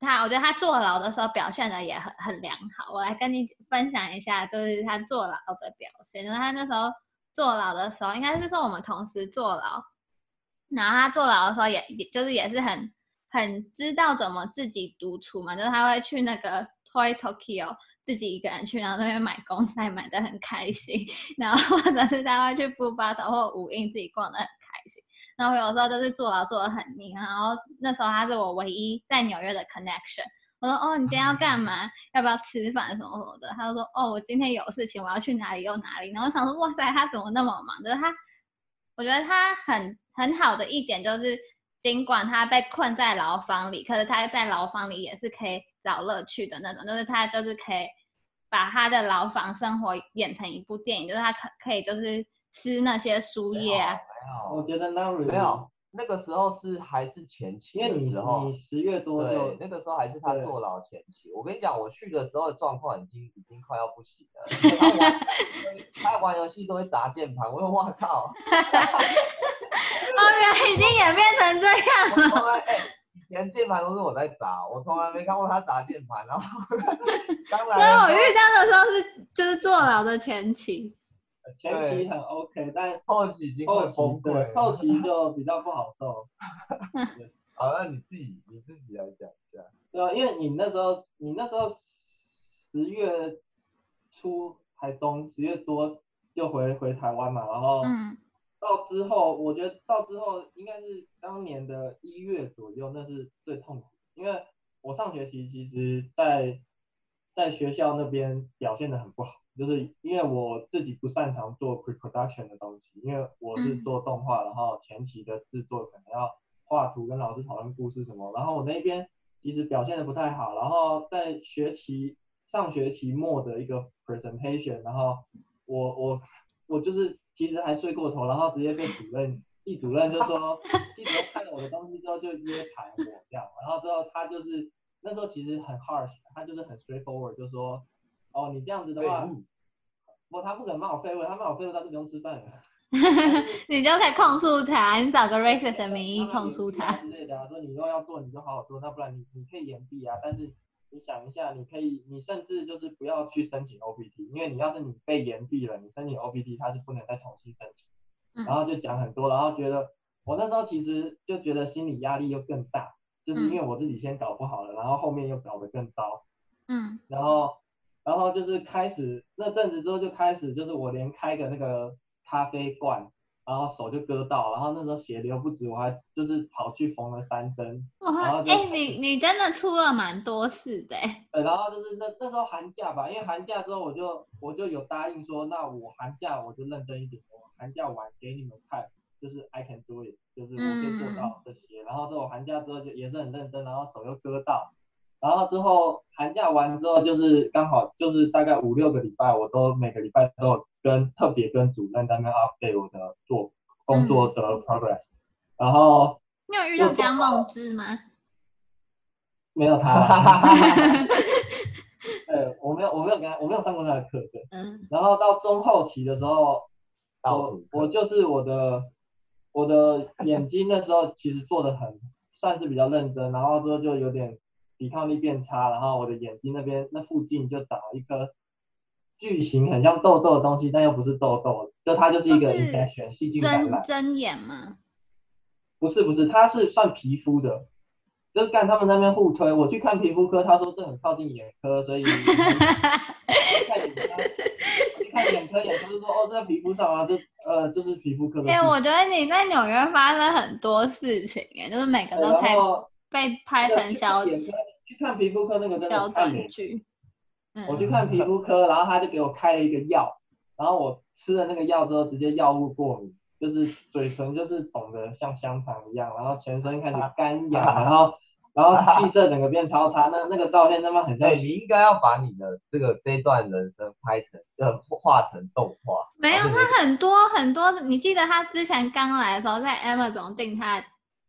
[SPEAKER 2] 他，我觉得他坐牢的时候表现的也很很良好。我来跟你分享一下，就是他坐牢的表现。就是他那时候坐牢的时候，应该是说我们同时坐牢，然后他坐牢的时候也也就是也是很很知道怎么自己独处嘛，就是他会去那个 Toy Tokyo 自己一个人去，然后在那边买公仔，买的很开心， 然后或者是他会去 b o o b a 或无印自己逛的很开心。然后我有时候就是坐牢坐的很腻，然后那时候他是我唯一在纽约的 connection。我说哦，你今天要干嘛？要不要吃饭什么什么的？他就说哦，我今天有事情，我要去哪里又哪里。然后我想说哇塞，他怎么那么忙？就是他，我觉得他很很好的一点就是，尽管他被困在牢房里，可是他在牢房里也是可以找乐趣的那种，就是他就是可以把他的牢房生活演成一部电影，就是他可可以就是撕那些书页啊，
[SPEAKER 1] 我觉得
[SPEAKER 3] 没有
[SPEAKER 1] Nari
[SPEAKER 3] 没有没有，哦那个时候是还是前期
[SPEAKER 1] 因为
[SPEAKER 3] 的
[SPEAKER 1] 你
[SPEAKER 3] 时候
[SPEAKER 1] 你，十月多
[SPEAKER 3] 对
[SPEAKER 1] 就，
[SPEAKER 3] 那个时候还是他
[SPEAKER 1] 对
[SPEAKER 3] 坐牢前期。我跟你讲，我去的时候的状况已经已经快要不行 了，因为他玩他玩游戏都会砸键盘，我说我 操，
[SPEAKER 2] 哦，原来 已经演变成这样
[SPEAKER 3] 我从来、哎以前键盘都是我在砸，我从来没看过他砸键盘。然后 当
[SPEAKER 2] 所以我
[SPEAKER 3] 然
[SPEAKER 2] 遇到的时候是就是坐牢的前期，
[SPEAKER 1] 前期很 OK，但
[SPEAKER 3] 后期已经快
[SPEAKER 1] 后
[SPEAKER 3] 崩溃
[SPEAKER 1] 期对
[SPEAKER 3] 了。
[SPEAKER 1] 后期就比较不好受，
[SPEAKER 3] 好，那你自己你自己来讲一下。
[SPEAKER 1] 对啊，因为你那时候你那时候十月初还中，十月多就回回台湾嘛，然后
[SPEAKER 2] 嗯
[SPEAKER 1] 到之后，我觉得到之后应该是当年的一月左右，那是最痛苦，因为我上学期其实在在学校那边表现的很不好，就是因为我自己不擅长做 pre-production 的东西，因为我是
[SPEAKER 2] 嗯
[SPEAKER 1] 做动画，然后前期的制作可能要画图跟老师讨论故事什么，然后我那边其实表现的不太好，然后在学期上学期末的一个 presentation，然后我我我就是其实还睡过头，然后直接被主任系主任就 说，系主任看了我的东西之后就约谈我这样，然后之后他就是那时候其实很 harsh，他就是很 straightforward，就说哦你这样子的
[SPEAKER 3] 对
[SPEAKER 1] 话，
[SPEAKER 3] 嗯
[SPEAKER 1] 不，他不肯骂我废物，他骂我废物，他就不用吃饭了。
[SPEAKER 2] 你就可以控诉他，你找个 racist 的名义控诉他。
[SPEAKER 1] 之类的、啊，说你如果要做，你就好好做，那不然你你可以延毕啊。但是你想一下，你可以，你甚至就是不要去申请 OPT，因为你要是你被延毕了，你申请 OPT 它是不能再重新申请。
[SPEAKER 2] 嗯
[SPEAKER 1] 然后就讲很多，然后觉得我那时候其实就觉得心理压力又更大，就是因为我自己先搞不好了，然后后面又搞得更糟。
[SPEAKER 2] 嗯
[SPEAKER 1] 然后，然后就是开始那阵子之后就开始，就是我连开个那个咖啡罐，然后手就割到，然后那时候血流不止，我还就是跑去缝了三针。然
[SPEAKER 2] 哇
[SPEAKER 1] 啊后，就
[SPEAKER 2] 哎、你你真的出了蛮多事的、欸，
[SPEAKER 1] 呃，然后就是那那时候寒假吧，因为寒假之后我就我就有答应说，那我寒假我就认真一点，我寒假完给你们看，就是 I can do it，就是我可以做到这些。然后之后寒假之后就也是很认真，然后手又割到，然后之后寒假完之后就是刚好就是大概五六个礼拜，我都每个礼拜都有跟特别跟主任在那边 update 我的做工作的 progress，、然后
[SPEAKER 2] 你有遇到
[SPEAKER 1] 我
[SPEAKER 2] 江梦之吗？
[SPEAKER 1] 没有 他，对我没有我没有跟他我没有上过他的课，对。
[SPEAKER 2] 嗯
[SPEAKER 1] 然后到中后期的时候，
[SPEAKER 3] 到
[SPEAKER 1] 我
[SPEAKER 3] 处
[SPEAKER 1] 我就是我的我的眼睛那时候其实做的很算是比较认真，然后之后就有点抵抗力变差，然后我的眼睛那边那附近就长了一颗巨型很像痘痘的东西，但又不是痘痘，就它就是一个
[SPEAKER 2] 就是
[SPEAKER 1] infection 细菌感
[SPEAKER 2] 睁
[SPEAKER 1] 染，
[SPEAKER 2] 睁眼吗？
[SPEAKER 1] 不是不是，它是算皮肤的。就是干他们那边互推，我去看皮肤科，他说这很靠近眼科，所以看眼科，我去看眼科，眼科就说哦，在皮肤上啊，这呃就是皮肤科的事。
[SPEAKER 2] 哎、我觉得你在纽约发生很多事情、欸，哎，就是每个
[SPEAKER 1] 对
[SPEAKER 2] 都
[SPEAKER 1] 然
[SPEAKER 2] 可以
[SPEAKER 1] 后
[SPEAKER 2] 被拍
[SPEAKER 1] 哦对
[SPEAKER 2] 成
[SPEAKER 1] 去
[SPEAKER 2] 小
[SPEAKER 1] 看眼科去看皮肤科那个真
[SPEAKER 2] 小
[SPEAKER 1] 的太美
[SPEAKER 2] 短。剧。嗯，
[SPEAKER 1] 我去看皮肤科，然后他就给我开了一个药，然后我吃了那个药之后，直接药物过敏，就是嘴唇就是肿的像香肠一样，然后全身开始干痒，
[SPEAKER 3] 啊
[SPEAKER 1] 然后然后气色整个变超差。那那个照片他妈很像
[SPEAKER 3] 哎、你应该要把你的这个这一段人生拍成呃画成动画。
[SPEAKER 2] 没有，
[SPEAKER 3] 然后
[SPEAKER 2] 他很多很多，你记得他之前刚来的时候，在 Emma 总订他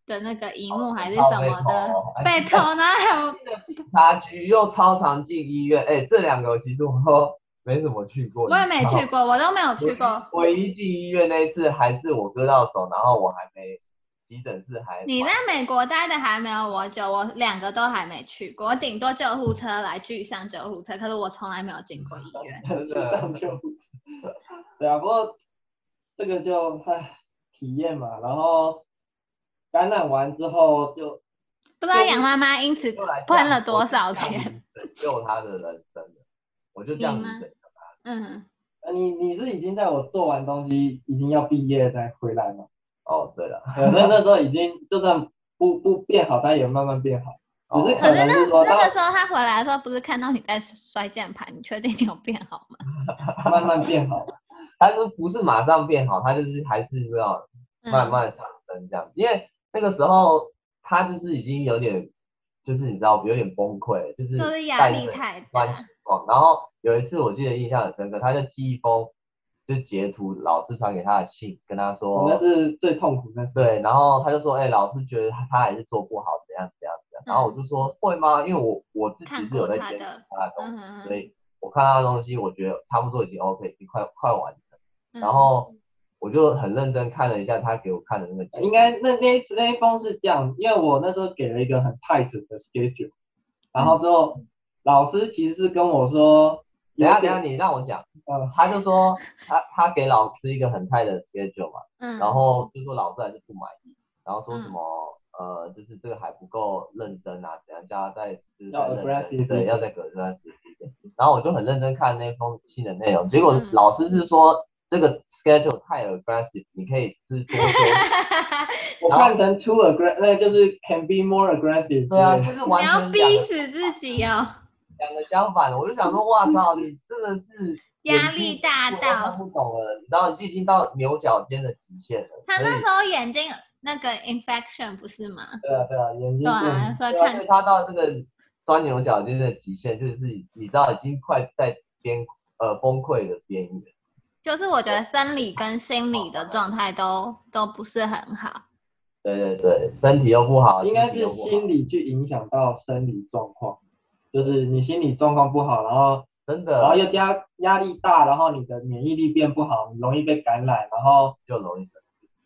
[SPEAKER 2] 的那个荧
[SPEAKER 3] 哦
[SPEAKER 2] 幕还是什么的，
[SPEAKER 3] 的
[SPEAKER 2] 被偷，然后还有
[SPEAKER 3] 警察局哎又超常进医院。哎、这两个其实我都没怎么去过。
[SPEAKER 2] 我也没去过，我都没有
[SPEAKER 3] 我
[SPEAKER 2] 去过。
[SPEAKER 3] 唯一进医院那一次还是我割到手，然后我还没急诊室还
[SPEAKER 2] 你在美国待的还没有我久，我两个都还没去过，我顶多救护车来拒上救护车，可是我从来没有进过医院。
[SPEAKER 3] 真
[SPEAKER 1] 去
[SPEAKER 3] 的
[SPEAKER 1] 上救护车。对啊，不过这个就唉体验嘛，然后感染完之后就
[SPEAKER 2] 不知道杨妈妈因此
[SPEAKER 3] 又来
[SPEAKER 2] 喷了多少钱？
[SPEAKER 3] 拯救他的人生的，我就这样子拯救。
[SPEAKER 2] 嗯，
[SPEAKER 1] 呃你你是已经在我做完东西已经要毕业才回来吗？
[SPEAKER 3] 哦，对 了，
[SPEAKER 1] 对，呃那那时候已经就算不不变好，它也慢慢变好，
[SPEAKER 3] 哦
[SPEAKER 1] 只是
[SPEAKER 2] 可
[SPEAKER 1] 可
[SPEAKER 2] 是
[SPEAKER 1] 能
[SPEAKER 2] 那
[SPEAKER 1] 是说
[SPEAKER 2] 那个
[SPEAKER 1] 它
[SPEAKER 2] 时候他回来的时候，不是看到你在摔键盘，你确定你有变好吗？
[SPEAKER 1] 慢慢变 好。
[SPEAKER 3] 他说不是马上变好，他就是还是那种
[SPEAKER 2] 嗯
[SPEAKER 3] 慢慢上升这样子，因为那个时候他就是已经有点，就是你知道有点崩溃，就是
[SPEAKER 2] 就是压
[SPEAKER 3] 带
[SPEAKER 2] 力
[SPEAKER 3] 着
[SPEAKER 2] 太大
[SPEAKER 3] 乱。情况。然后有一次我记得印象很深刻，他就寄一封就截图老师传给他的信，跟他
[SPEAKER 1] 我
[SPEAKER 3] 说
[SPEAKER 1] 那是最痛苦那时候。
[SPEAKER 3] 对，然后他就说，哎、老师觉得他他还是做不好，怎样怎样怎样。然后我就说会吗？因为我我自己
[SPEAKER 2] 嗯看
[SPEAKER 3] 是有
[SPEAKER 2] 过
[SPEAKER 3] 在
[SPEAKER 2] 他
[SPEAKER 3] 监督
[SPEAKER 2] 的
[SPEAKER 3] 他的东西，
[SPEAKER 2] 嗯哼
[SPEAKER 3] 所以我看他的东西，我觉得差不多已经 OK，已经快快完成。
[SPEAKER 2] 嗯
[SPEAKER 3] 然后我就很认真看了一下他给我看的那个截图，
[SPEAKER 1] 呃应该那那一那一封是这样，因为我那时候给了一个很 tight 的 schedule，然后之后老师其实是跟我说，
[SPEAKER 3] 等一下等一下，你让我讲，
[SPEAKER 1] 呃，
[SPEAKER 3] 他就说他他给老师一个很太的 schedule 嘛，
[SPEAKER 2] 嗯，
[SPEAKER 3] 然后就说老师还是不满意，然后说什
[SPEAKER 2] 嗯
[SPEAKER 3] 么、呃就是这个还不够认真啊，怎样叫他再就是
[SPEAKER 1] 要
[SPEAKER 3] 再认
[SPEAKER 1] aggressive 一
[SPEAKER 3] 真，对，
[SPEAKER 1] 点
[SPEAKER 3] 要再 aggressive 一点。然后我就很认真看那封信的内容，结果
[SPEAKER 2] 嗯
[SPEAKER 3] 老师是说这个 schedule 太 aggressive，你可以就是多 说，
[SPEAKER 1] 我看成 too aggressive，那就是 can be more aggressive。
[SPEAKER 3] 对啊，就是完
[SPEAKER 2] 你要
[SPEAKER 3] 全
[SPEAKER 2] 逼
[SPEAKER 3] 两个
[SPEAKER 2] 死自己哦，
[SPEAKER 3] 两个相反的，我就想说，哇操，你真的是
[SPEAKER 2] 压力大
[SPEAKER 3] 我看
[SPEAKER 2] 到
[SPEAKER 3] 不懂了，你知道，就已经到牛角尖的极限了。
[SPEAKER 2] 他
[SPEAKER 3] 所以
[SPEAKER 2] 那时候眼睛那个 infection 不是吗？
[SPEAKER 1] 对啊，对啊，眼睛
[SPEAKER 2] 对啊，所以
[SPEAKER 3] 对啊所
[SPEAKER 2] 看
[SPEAKER 3] 以他到这个钻牛角尖的极限，就是你知道已经快在边呃崩溃的边缘。
[SPEAKER 2] 就是我觉得生理跟心理的状态都都不是很好，
[SPEAKER 3] 对对对，身体又不好，
[SPEAKER 1] 应该
[SPEAKER 3] 心体
[SPEAKER 1] 是
[SPEAKER 3] 又不好
[SPEAKER 1] 心理去影响到生理状况，就是你心理状况不好，然后
[SPEAKER 3] 真
[SPEAKER 1] 然后
[SPEAKER 3] 的
[SPEAKER 1] 又加压力大，然后你的免疫力变不好，你容易被感染，然后
[SPEAKER 3] 就容易生。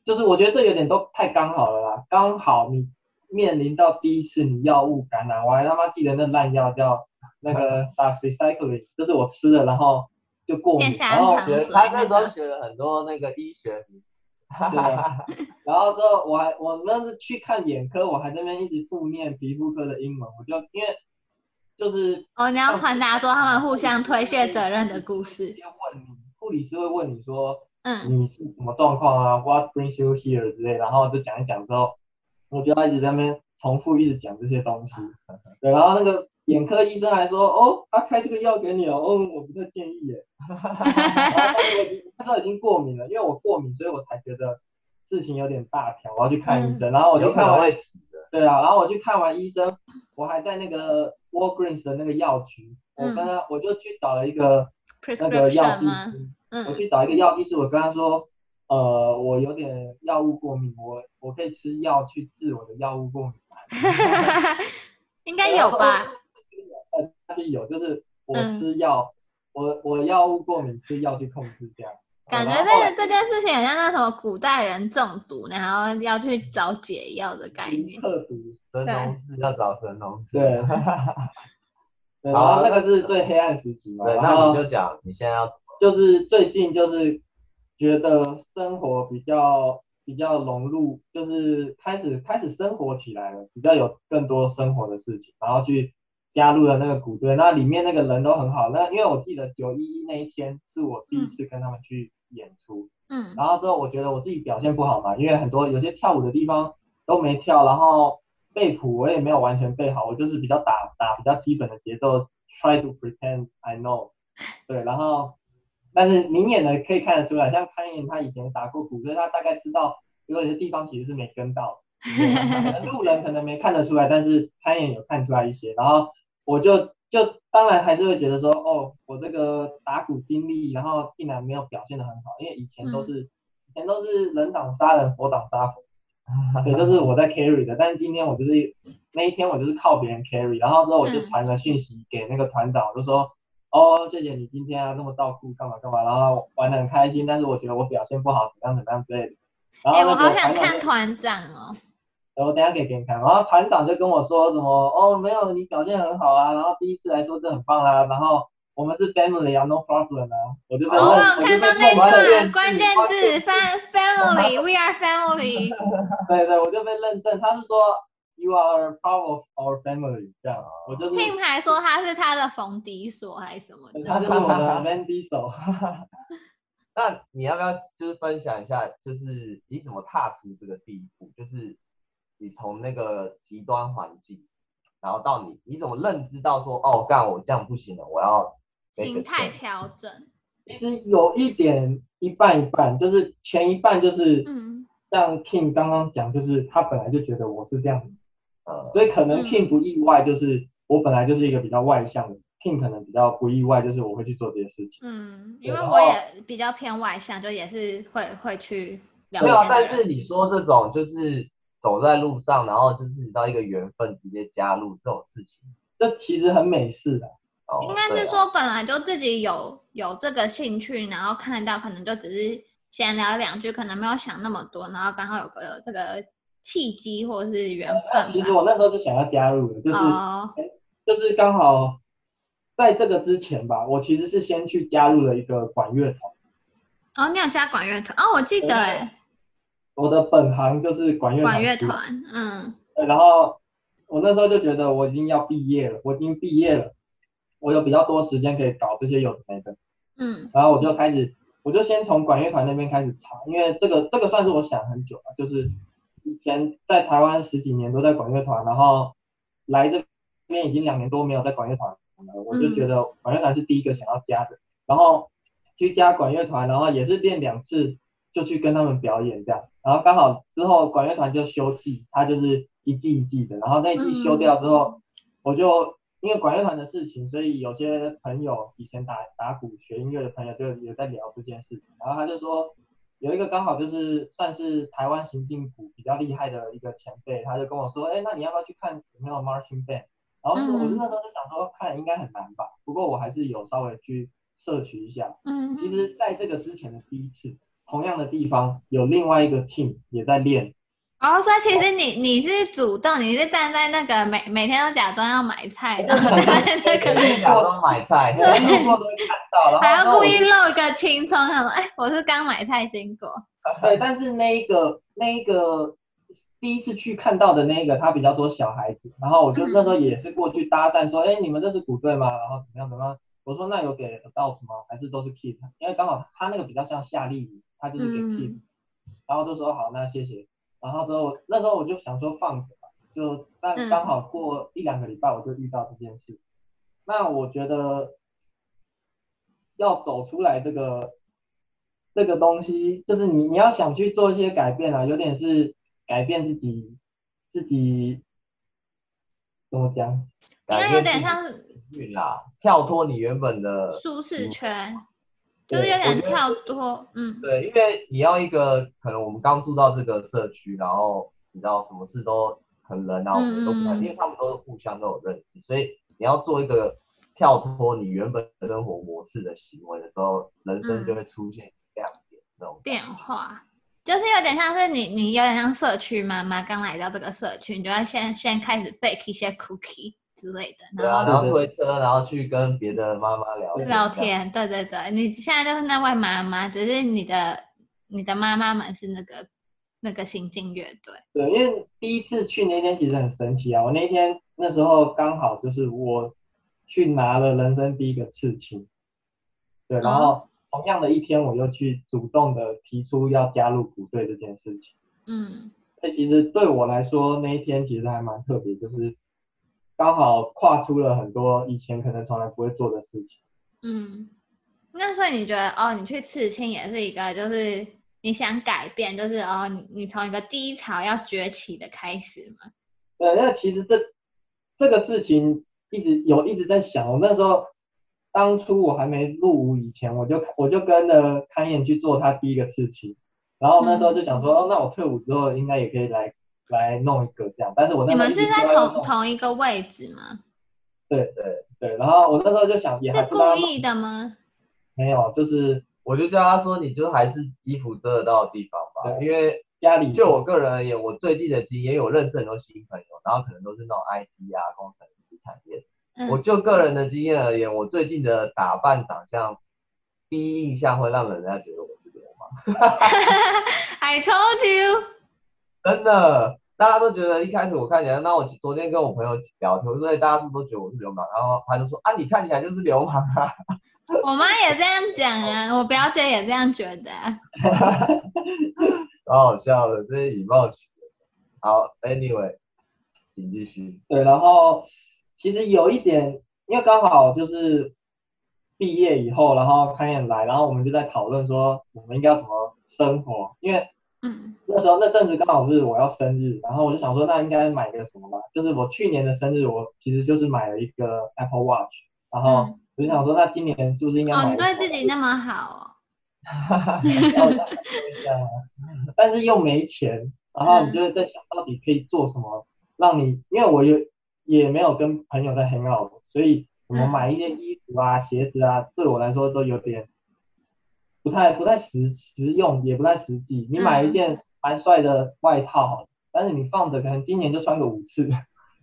[SPEAKER 1] 就是我觉得这有点都太刚好了啦，刚好你面临到第一次你药物感染，我还他妈记得那烂药叫那个 doxycycline，就是我吃了然后就过敏
[SPEAKER 2] 变，香
[SPEAKER 1] 然后
[SPEAKER 2] 肠
[SPEAKER 3] 觉得
[SPEAKER 2] 嘴
[SPEAKER 3] 他
[SPEAKER 2] 那
[SPEAKER 3] 那时候
[SPEAKER 2] 个
[SPEAKER 3] 学了很多那个医学名，啊
[SPEAKER 1] 对然后之后我还我那次去看眼科，我还在那边一直负面皮肤科的英文，我就因为就是
[SPEAKER 2] 哦，你要传达说他们互相推卸责任的故事。
[SPEAKER 1] 先问你，护理师会问你说
[SPEAKER 2] 嗯，
[SPEAKER 1] 你是什么状况啊，What brings you here 之类，然后就讲一讲之后，我就要一直在那边重复一直讲这些 东西。对，然后那个眼科医生还说，哦，他开这个药给你哦，哦，我不太建议耶。然后他都已经过敏了，因为我过敏，所以我才觉得事情有点大条，我要去看医
[SPEAKER 2] 嗯
[SPEAKER 1] 生。然后我就
[SPEAKER 3] 有可
[SPEAKER 1] 看
[SPEAKER 3] 能
[SPEAKER 1] 完
[SPEAKER 3] 会死的。
[SPEAKER 1] 对啊，然后我去看完医生，我还在那个 Walgreens 的那个药局，我跟他、我就去找了一个那个药
[SPEAKER 2] 嗯 prescription
[SPEAKER 1] 剂
[SPEAKER 2] 吗？
[SPEAKER 1] 师，我
[SPEAKER 2] 嗯，
[SPEAKER 1] 去找一个药剂师，我跟他说，呃，我有点药物过敏，我我可以吃药去治我的药物过敏吗。
[SPEAKER 2] 应该有吧？
[SPEAKER 1] 呃，他就有，就是我
[SPEAKER 2] 嗯
[SPEAKER 1] 吃药，我我药物过敏吃药去控制这样。
[SPEAKER 2] 感觉
[SPEAKER 1] 然后后来
[SPEAKER 2] 这这件事情很像那什么古代人中毒，然后要去找解药的概念。
[SPEAKER 1] 克毒，
[SPEAKER 3] 神农氏要找神农氏。
[SPEAKER 1] 对 对，然
[SPEAKER 3] 好啊
[SPEAKER 1] 后那个
[SPEAKER 3] 那
[SPEAKER 1] 是最黑暗时期 嘛。
[SPEAKER 3] 对，
[SPEAKER 1] 然
[SPEAKER 3] 那
[SPEAKER 1] 后
[SPEAKER 3] 你就讲你现在要
[SPEAKER 1] 就是最近就是觉得生活比较比较融入，就是开始开始生活起来了，比较有更多生活的事情，然后去加入了那个鼓队，那里面那个人都很好。那因为我记得九一一那一天是我第一次跟他们去演出，
[SPEAKER 2] 嗯
[SPEAKER 1] 然后之后我觉得我自己表现不好嘛，因为很多有些跳舞的地方都没跳，然后背谱我也没有完全背好，我就是比较打打比较基本的节奏，try to pretend I know，对，然后但是明眼的可以看得出来，像潘岩他以前打过鼓，所以他大概知道有些地方其实是没跟到的。可能路人可能没看得出来，但是攀岩有看出来一些。然后我就就当然还是会觉得说，哦，我这个打鼓经历，然后竟然没有表现的很好，因为以前都是、以前都是人挡杀人，佛挡杀佛， 对，都是我在 carry 的。但是今天我就是那一天我就是靠别人 carry，然后之后我就
[SPEAKER 2] 嗯
[SPEAKER 1] 传了讯息给那个团长，我就说。哦，谢谢你今天啊，那么照顾干嘛干嘛，然后玩得很开心，但是我觉得我表现不好，怎样怎样之类的。然
[SPEAKER 2] 哎、
[SPEAKER 1] 后那
[SPEAKER 2] 我
[SPEAKER 1] 个
[SPEAKER 2] 好想
[SPEAKER 1] 团长就
[SPEAKER 2] 看团长哦。
[SPEAKER 1] 然后我等一下可以给你看。然后团长就跟我说什么哦，没有，你表现很好啊，然后第一次来说这很棒啊啦、然后我们是 family 啊，no problem 啊，我就
[SPEAKER 2] 我
[SPEAKER 1] 在
[SPEAKER 3] 哦
[SPEAKER 1] 问，
[SPEAKER 2] 有
[SPEAKER 1] 我
[SPEAKER 2] 看
[SPEAKER 1] 就
[SPEAKER 2] 到
[SPEAKER 1] 被
[SPEAKER 2] 那
[SPEAKER 1] 认
[SPEAKER 2] 一
[SPEAKER 1] 真
[SPEAKER 3] 关键
[SPEAKER 2] 段
[SPEAKER 3] 字
[SPEAKER 2] 关键字 fam family，we are family。
[SPEAKER 1] 对对，我就被认证，他是说 you are part of our family 这
[SPEAKER 3] 呃
[SPEAKER 1] 样，我就是
[SPEAKER 2] Tim 还说他是他的冯迪所还是什么
[SPEAKER 1] 他
[SPEAKER 2] 的，
[SPEAKER 1] 就是我的 Van Diesel。
[SPEAKER 3] 那你要不要就是分享一下，就是你怎么踏出这个第一步？就是你从那个极端环境，然后到你你怎么认知到说，哦，干我这样不行了，我要
[SPEAKER 2] 心态调整。
[SPEAKER 1] 其实有一点一半一半，就是前一半就是
[SPEAKER 2] 嗯
[SPEAKER 1] 像 King 刚刚讲，就是他本来就觉得我是这样子
[SPEAKER 3] 呃，
[SPEAKER 1] 所以可能
[SPEAKER 2] 嗯
[SPEAKER 1] King 不意外，就是我本来就是一个比较外向的，King 可能比较不意外，就是我会去做这些事情。
[SPEAKER 2] 嗯，
[SPEAKER 1] 对
[SPEAKER 2] 因为
[SPEAKER 1] 然
[SPEAKER 2] 我
[SPEAKER 1] 后
[SPEAKER 2] 也比较偏外向，就也是会会去聊
[SPEAKER 3] 对啊，
[SPEAKER 2] 天的
[SPEAKER 3] 但
[SPEAKER 2] 人。
[SPEAKER 3] 是你说这种就是走在路上，然后就是到一个缘分直接加入这种事情，
[SPEAKER 1] 这其实很美式的，
[SPEAKER 3] 哦，
[SPEAKER 2] 应该
[SPEAKER 3] 对
[SPEAKER 2] 是
[SPEAKER 3] 啊
[SPEAKER 2] 说本来就自己有有这个兴趣，然后看到可能就只是闲聊两句，可能没有想那么多，然后刚好有个这个契机或者是缘
[SPEAKER 1] 那
[SPEAKER 2] 分
[SPEAKER 1] 其实
[SPEAKER 2] 吧。
[SPEAKER 1] 我那时候就想要加入了，就是、
[SPEAKER 2] 哦，
[SPEAKER 1] 就是刚好在这个之前吧，我其实是先去加入了一个管乐团，
[SPEAKER 2] 哦，你有加管乐团哦，我记得
[SPEAKER 1] 对
[SPEAKER 2] 哎，
[SPEAKER 1] 我的本行就是管乐团。
[SPEAKER 2] 管乐团，嗯
[SPEAKER 1] 对，然后我那时候就觉得我已经要毕业了，我已经毕业了，我有比较多时间可以搞这些有的没的。
[SPEAKER 2] 嗯
[SPEAKER 1] 然后我就开始，我就先从管乐团那边开始查，因为这个这个算是我想很久了，就是以前在台湾十几年都在管乐团，然后来这边已经两年多没有在管乐团了，我就觉得管乐团是第一个想要加的，然后去加管乐团，然后也是练两次就去跟他们表演这样，然后刚好之后管乐团就休季，它就是一季一季的，然后那一
[SPEAKER 2] 嗯
[SPEAKER 1] 季休掉之后，我就因为管乐团的事情，所以有些朋友以前打打鼓学音乐的朋友就有在聊这件事情，然后他就说有一个刚好就是算是台湾行进鼓比较厉害的一个前辈，他就跟我说，哎，那你要不要去看有没有 marching band？然后我说
[SPEAKER 2] 嗯
[SPEAKER 1] 我那时候就想说看应该很难吧，不不过我还是有稍微去摄取一下。
[SPEAKER 2] 嗯
[SPEAKER 1] 其
[SPEAKER 2] 哼，
[SPEAKER 1] 实在这个之前的第一次，同样的地方有另外一个 team 也在 练，
[SPEAKER 2] 哦，所以其实你你是主动，你是站在那个每每天都假装要买菜， 然后站在那
[SPEAKER 3] 跟
[SPEAKER 2] 个
[SPEAKER 3] 你假装买菜，
[SPEAKER 1] 我路过都会看到，然后
[SPEAKER 2] 还
[SPEAKER 1] 然
[SPEAKER 2] 要
[SPEAKER 1] 后我
[SPEAKER 2] 故意
[SPEAKER 1] 就
[SPEAKER 2] 露一个青葱，想说哎，我是刚买菜经过。
[SPEAKER 1] 对，但是那一个那一个第一次去看到的那一个，他比较多小孩子，然后我就
[SPEAKER 2] 嗯
[SPEAKER 1] 那时候也是过去搭讪说，哎、你们这是鼓队吗？然后怎么样怎么样？我说那有给 adults 吗？还是都是 kids？因为刚好他那个比较像夏令营，他就是给 kids，、
[SPEAKER 2] 嗯
[SPEAKER 1] 然后就说好，那谢谢。然后之后那时候我就想说放着吧，就
[SPEAKER 2] 嗯
[SPEAKER 1] 但刚好过一两个礼拜我就遇到这件事，那我觉得要走出来这个这个东西，就是你你要想去做一些改变啊，有点是改变自己自己怎么讲？
[SPEAKER 2] 应该有点像
[SPEAKER 3] 运啦，跳脱你原本的
[SPEAKER 2] 舒适
[SPEAKER 1] 嗯
[SPEAKER 2] 圈，就
[SPEAKER 3] 对
[SPEAKER 2] 是有
[SPEAKER 3] 我
[SPEAKER 2] 点
[SPEAKER 3] 觉得
[SPEAKER 2] 跳脱，嗯
[SPEAKER 3] 对，因为你要一个可能我们刚住到这个社区，然后你知道什么事都很人啊，我们都不太，
[SPEAKER 2] 嗯嗯嗯
[SPEAKER 3] 因为他们都是互相都有认识，所以你要做一个跳脱你原本生活模式的行为的时候，人生
[SPEAKER 2] 嗯
[SPEAKER 3] 就会出现亮点那种。
[SPEAKER 2] 变化，就是有点像是你你有点像社区妈妈刚来到这个社区，你就要先先开始 bake 一些 cookie 之类的，
[SPEAKER 3] 对
[SPEAKER 2] 然
[SPEAKER 3] 啊，
[SPEAKER 2] 后
[SPEAKER 3] 然后推车，然后去跟别的妈妈聊天
[SPEAKER 2] 聊。天，对对对，你现在就是那位妈妈，只是你的你的妈妈们是那个那个行进乐队，
[SPEAKER 1] 对，因为第一次去那天其实很神奇啊，我那天那时候刚好就是我去拿了人生第一个刺青，对，然后同样的一天我又去主动的提出要加入鼓队这件事情。
[SPEAKER 2] 嗯
[SPEAKER 1] 所以其实对我来说，那一天其实还蛮特别，就是刚好跨出了很多以前可能从来不会做的事情。
[SPEAKER 2] 嗯。那所以你觉得哦，你去刺青也是一个，就是你想改变，就是哦，你你从一个低潮要崛起的开始嘛？
[SPEAKER 1] 对，那其实这这个事情一直有一直在想。我那时候当初我还没入伍以前，我就我就跟着康燕去做他第一个刺青，然后那时候就
[SPEAKER 2] 嗯
[SPEAKER 1] 想说，哦，那我退伍之后应该也可以来来弄一个这样。但是我那
[SPEAKER 2] 你
[SPEAKER 1] 时候
[SPEAKER 2] 们
[SPEAKER 1] 一直
[SPEAKER 2] 是在
[SPEAKER 1] 说要弄
[SPEAKER 2] 同同一个位置吗？
[SPEAKER 1] 对，然后我那时候就想，也
[SPEAKER 2] 是
[SPEAKER 1] 还不
[SPEAKER 2] 故
[SPEAKER 1] 知道
[SPEAKER 2] 意的吗？
[SPEAKER 1] 没有，就是
[SPEAKER 3] 我就叫他说，你就还是衣服遮得到的地方吧，
[SPEAKER 1] 对
[SPEAKER 3] 因为
[SPEAKER 1] 家里
[SPEAKER 3] 就我个人而言，我最近的经验有认识很多新朋友，然后可能都是那种 IT 啊、工程师产业。
[SPEAKER 2] 嗯
[SPEAKER 3] 我就个人的经验而言，我最近的打扮、长相，第一印象会让人家觉得我是流氓，
[SPEAKER 2] I told you，
[SPEAKER 3] 真的。大家都觉得一开始我看起来，那我昨天跟我朋友聊天，所以大家是不是都觉得我是流氓？然后他就说啊，你看起来就是流氓啊。
[SPEAKER 2] 我妈也这样讲 啊，我表姐也这样觉得啊、
[SPEAKER 3] 好好笑的，这是以貌取人。好，Anyway，请继续。
[SPEAKER 1] 对，然后其实有一点，因为刚好就是毕业以后，然后康燕来，然后我们就在讨论说我们应该要怎么生活，因为
[SPEAKER 2] 嗯
[SPEAKER 1] 那时候那阵子刚好是我要生日，然后我就想说那应该买个什么吧，就是我去年的生日我其实就是买了一个 Apple Watch，然后
[SPEAKER 2] 嗯，
[SPEAKER 1] 我就想说那今年是不是应该
[SPEAKER 2] 哦，
[SPEAKER 1] 买
[SPEAKER 2] 你
[SPEAKER 1] 一个
[SPEAKER 2] 对
[SPEAKER 1] 什
[SPEAKER 2] 自己那么好哦，
[SPEAKER 1] 么样的这样啊但是又没钱，然后你就会在想到底可以做什么，让你因为我也也没有跟朋友在 hang out，所以怎么买一些衣服啊、鞋子啊，对我来说都有点不太不太实实用，也不太实际。你买一件蛮帅的外套好了，但是你放着可能今年就穿个五次，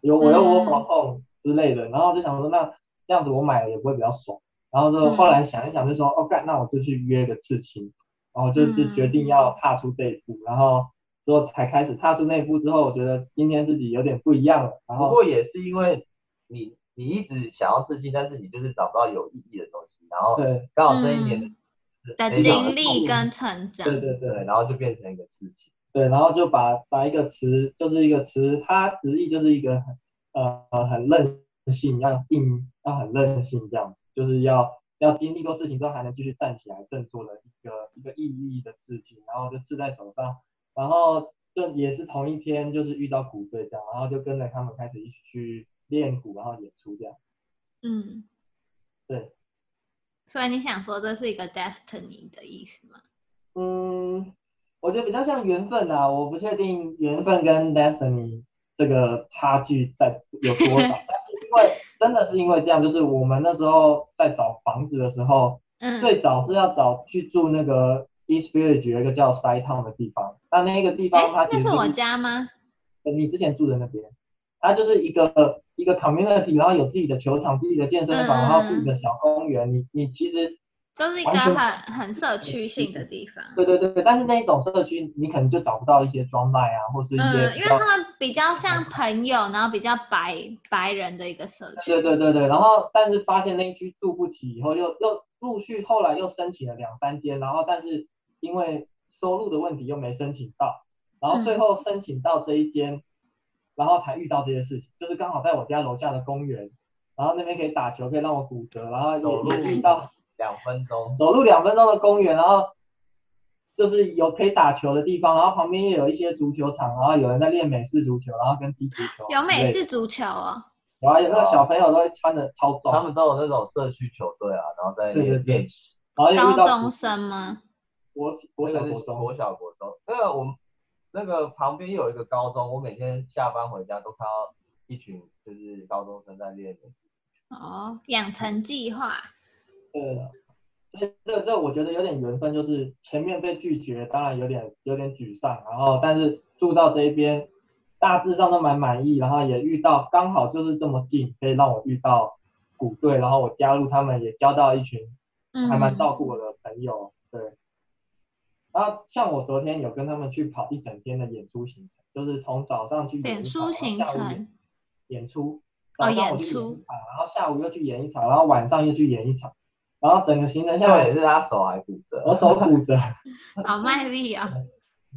[SPEAKER 1] 有我又窝房痛之类的，然后就想说那这样子我买了也不会比较爽，然后就
[SPEAKER 2] 嗯
[SPEAKER 1] 后来想一想就说哦干，那我就去约个刺青。然后就是决定要踏出这一步，然后之后才开始踏出那一步之后，我觉得今天自己有点不一样了，然
[SPEAKER 3] 不
[SPEAKER 1] 后
[SPEAKER 3] 过也是因为你你一直想要刺青，但是你就是找不到有意义的东西，然后
[SPEAKER 1] 对
[SPEAKER 3] 刚好这一年
[SPEAKER 2] 嗯
[SPEAKER 3] 是
[SPEAKER 2] 的
[SPEAKER 3] 非常
[SPEAKER 2] 经历跟成长，
[SPEAKER 1] 对对对
[SPEAKER 3] 对，然后就变成一个刺青。
[SPEAKER 1] 对，然后就把把一个词就是一个词，它直译就是一个很呃很任性，要硬要很任性这样子，就是要要经历过事情之后还能继续站起来振作的一个一个意义的事情，然后就刺在手上，然后就也是同一天就是遇到鼓队这样，然后就跟着他们开始一起去练鼓，然后演出这样。
[SPEAKER 2] 嗯，
[SPEAKER 1] 对。
[SPEAKER 2] 所以你想说这是一个 destiny 的意思吗？
[SPEAKER 1] 嗯，我觉得比较像缘分啊，我不确 定缘分跟 destiny 这个差距在有多少，但是因为真的是因为这样，就是我们那时候在找房子的时候，
[SPEAKER 2] 嗯，
[SPEAKER 1] 最早是要找去住那个 East Village 有一个叫 Side Town 的地方，那那个地
[SPEAKER 2] 哎
[SPEAKER 1] 方它，其
[SPEAKER 2] 那
[SPEAKER 1] 实
[SPEAKER 2] 是
[SPEAKER 1] 就
[SPEAKER 2] 我
[SPEAKER 1] 是
[SPEAKER 2] 家吗？
[SPEAKER 1] 你之前住的那边，它就是一个一个 community，然后有自己的球场、自己的健身房，
[SPEAKER 2] 嗯
[SPEAKER 1] 然后自己的小公园。你你其实
[SPEAKER 2] 就是一个
[SPEAKER 1] 完全
[SPEAKER 2] 很很社区性的地方。
[SPEAKER 1] 对对对，但是那一种社区你可能就找不到一些装扮啊，或是一些
[SPEAKER 2] 嗯，
[SPEAKER 1] 比
[SPEAKER 2] 因为
[SPEAKER 1] 较、
[SPEAKER 2] 他们比较像朋友，然后比较白白人的一个社区。
[SPEAKER 1] 对对对对。然后但是发现那一区住不起，以后又又陆续后来又申请了两三间，然后但是因为收入的问题又没申请到，然后
[SPEAKER 2] 嗯
[SPEAKER 1] 最后申请到这一间，然后才遇到这些事情，就是刚好在我家楼下的公园。然后那边可以打球，可以让我骨折，然后
[SPEAKER 3] 走路
[SPEAKER 1] 也也遇到
[SPEAKER 3] 两分钟，
[SPEAKER 1] 走路两分钟的公园，然后就是有可以打球的地方，然后旁边也有一些足球场，然后有人在练美式足球，然后跟踢足球。
[SPEAKER 2] 有美，式足球哦，
[SPEAKER 1] 有啊，有那个小朋友都会穿的超壮，
[SPEAKER 3] 他们都有那种社区球队啊，然后在
[SPEAKER 1] 对对
[SPEAKER 3] 练
[SPEAKER 1] 对
[SPEAKER 3] 练习。
[SPEAKER 1] 然后又
[SPEAKER 2] 高
[SPEAKER 1] 哎遇到
[SPEAKER 2] 中生吗？
[SPEAKER 1] 国国小
[SPEAKER 3] 那个
[SPEAKER 1] 国
[SPEAKER 3] 是
[SPEAKER 1] 中，
[SPEAKER 3] 国小国中，那个我们那个旁边有一个高中，我每天下班回家都看到一群就是高中生在练。
[SPEAKER 2] 哦，养成计划。
[SPEAKER 1] 对的。所以这这我觉得有点缘分，就是前面被拒绝，当然有点有点沮丧，然后但是住到这边，大致上都蛮满意，然后也遇到刚好就是这么近，可以让我遇到鼓队，然后我加入他们，也交到一群
[SPEAKER 2] 嗯，
[SPEAKER 1] 还蛮照顾我的朋友，对。然后像我昨天有跟他们去跑一整天的演出行程，就是从早上去
[SPEAKER 2] 脸
[SPEAKER 1] 演
[SPEAKER 2] 书行程，
[SPEAKER 1] 演出，
[SPEAKER 2] 哦
[SPEAKER 1] 早上我
[SPEAKER 2] 演
[SPEAKER 1] 去演
[SPEAKER 2] 出
[SPEAKER 1] 一场，然后下午又去演一场，然后晚上又去演一场，然后整个行程下
[SPEAKER 3] 那也
[SPEAKER 1] 来
[SPEAKER 3] 是他手还骨折，
[SPEAKER 1] 我手骨折，
[SPEAKER 2] 好卖力哦。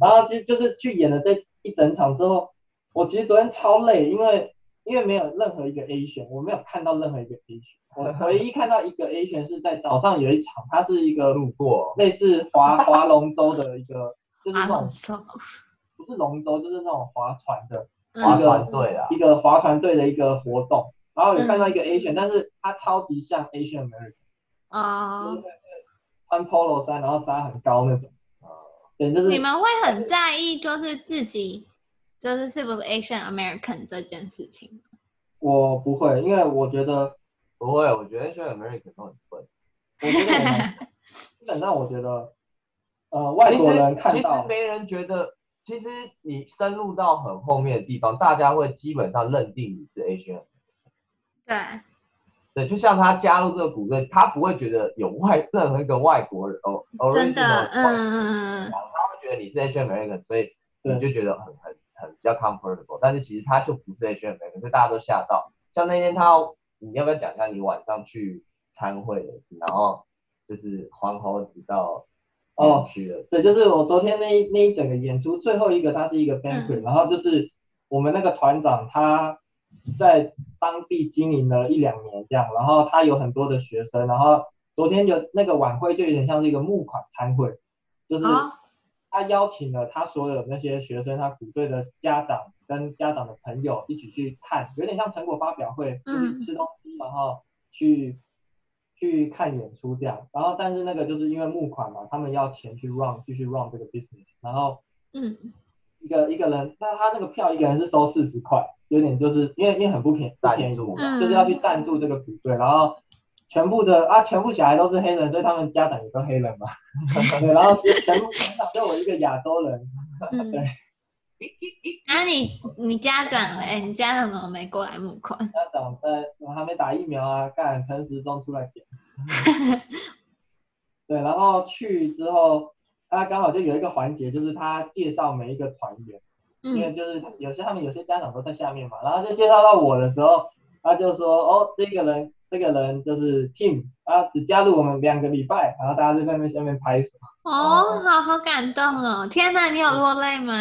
[SPEAKER 1] 然后就就是去演了这一整场之后，我其实昨天超累，因为因为没有任何一个 A 选，我没有看到任何一个 A 选， 我唯一看到一个 A 选是在早上有一场，它是一个
[SPEAKER 3] 路过，
[SPEAKER 1] 类似划划龙舟的 一个，就是
[SPEAKER 2] 啊，
[SPEAKER 1] 那种
[SPEAKER 2] 很瘦。
[SPEAKER 1] 不是龙舟，就是那种划船的
[SPEAKER 3] 划
[SPEAKER 1] 划
[SPEAKER 3] 船队啊，
[SPEAKER 1] 一个划船队的一个活动。然后有看到一个 Asian，、但是他超级像 Asian American，
[SPEAKER 2] 嗯哦，
[SPEAKER 1] 穿 polo 衫，然后扎很高那种。对，就是
[SPEAKER 2] 你们会很在意，就是自己就是是不是 Asian American 这件事情？
[SPEAKER 1] 我不会，因为我觉得，
[SPEAKER 3] 不会，我觉得 Asian American 都很笨。
[SPEAKER 1] 我觉得 我们基本上我觉得，呃，外
[SPEAKER 3] 其
[SPEAKER 1] 国
[SPEAKER 3] 实
[SPEAKER 1] 人看
[SPEAKER 3] 其实
[SPEAKER 1] 到，
[SPEAKER 3] 没人觉得，其实你深入到很后面的地方，大家会基本上认定你是 Asian。
[SPEAKER 2] 对，
[SPEAKER 3] 对，就像他加入这个股份，他不会觉得有外任何一个外国人哦，
[SPEAKER 2] 真的，
[SPEAKER 3] original
[SPEAKER 2] 嗯
[SPEAKER 3] 外国人
[SPEAKER 2] 嗯
[SPEAKER 1] 哦
[SPEAKER 2] 嗯嗯，
[SPEAKER 3] 他觉得你是 Asian American，所以
[SPEAKER 1] 对
[SPEAKER 3] 你就觉得很很很比较 comfortable。但是其实他就不是 Asian American，所以大家都吓到。像那天他，你要不要讲一下你晚上去参会的事？然后就是黄猴子到
[SPEAKER 1] 哦
[SPEAKER 3] 去
[SPEAKER 2] 嗯
[SPEAKER 3] 的事，
[SPEAKER 1] 对，就是我昨天那一那一整个演出最后一个，它是一个 banquet，、然后就是我们那个团长他在当地经营了一两年这样，然后他有很多的学生，然后昨天有那个晚会就有点像是一个募款餐会，就是
[SPEAKER 2] 哦
[SPEAKER 1] 他邀请了他所有那些学生，他组队的家长跟家长的朋友一起去看，有点像成果发表会，就
[SPEAKER 2] 嗯
[SPEAKER 1] 是吃东西，然后去去看演出这样。然后但是那个就是因为募款嘛，他们要钱去 run 继续 run 这个 business，然后
[SPEAKER 2] 嗯，
[SPEAKER 1] 一个一个人，那他那个票一个人是收四十块，有点就是因为因为很不便宜，不便
[SPEAKER 3] 赞
[SPEAKER 1] 宜，
[SPEAKER 3] 助
[SPEAKER 2] 嗯
[SPEAKER 1] 就是要去赞助这个组队，然后全部的啊，全部小孩都是黑人，所以他们家长也都黑人嘛， 对，然后全部全场就我一个亚洲人，
[SPEAKER 2] 嗯
[SPEAKER 1] 对。
[SPEAKER 2] 啊你，你家长嘞？你家长怎么没过来募款？
[SPEAKER 1] 家长在我还没打疫苗啊，干陈时中出来点。对，然后去之后，他刚好就有一个环节，就是他介绍每一个团员，因为
[SPEAKER 2] 嗯，
[SPEAKER 1] 就是有些他们有些家长都在下面嘛，然后就介绍到我的时候，他就说哦，这个人这个人就是 Tim 啊，只加入我们两个礼拜，然后大家就在那边下面拍手。
[SPEAKER 2] 哦，好好感动哦！天哪，你有落泪吗？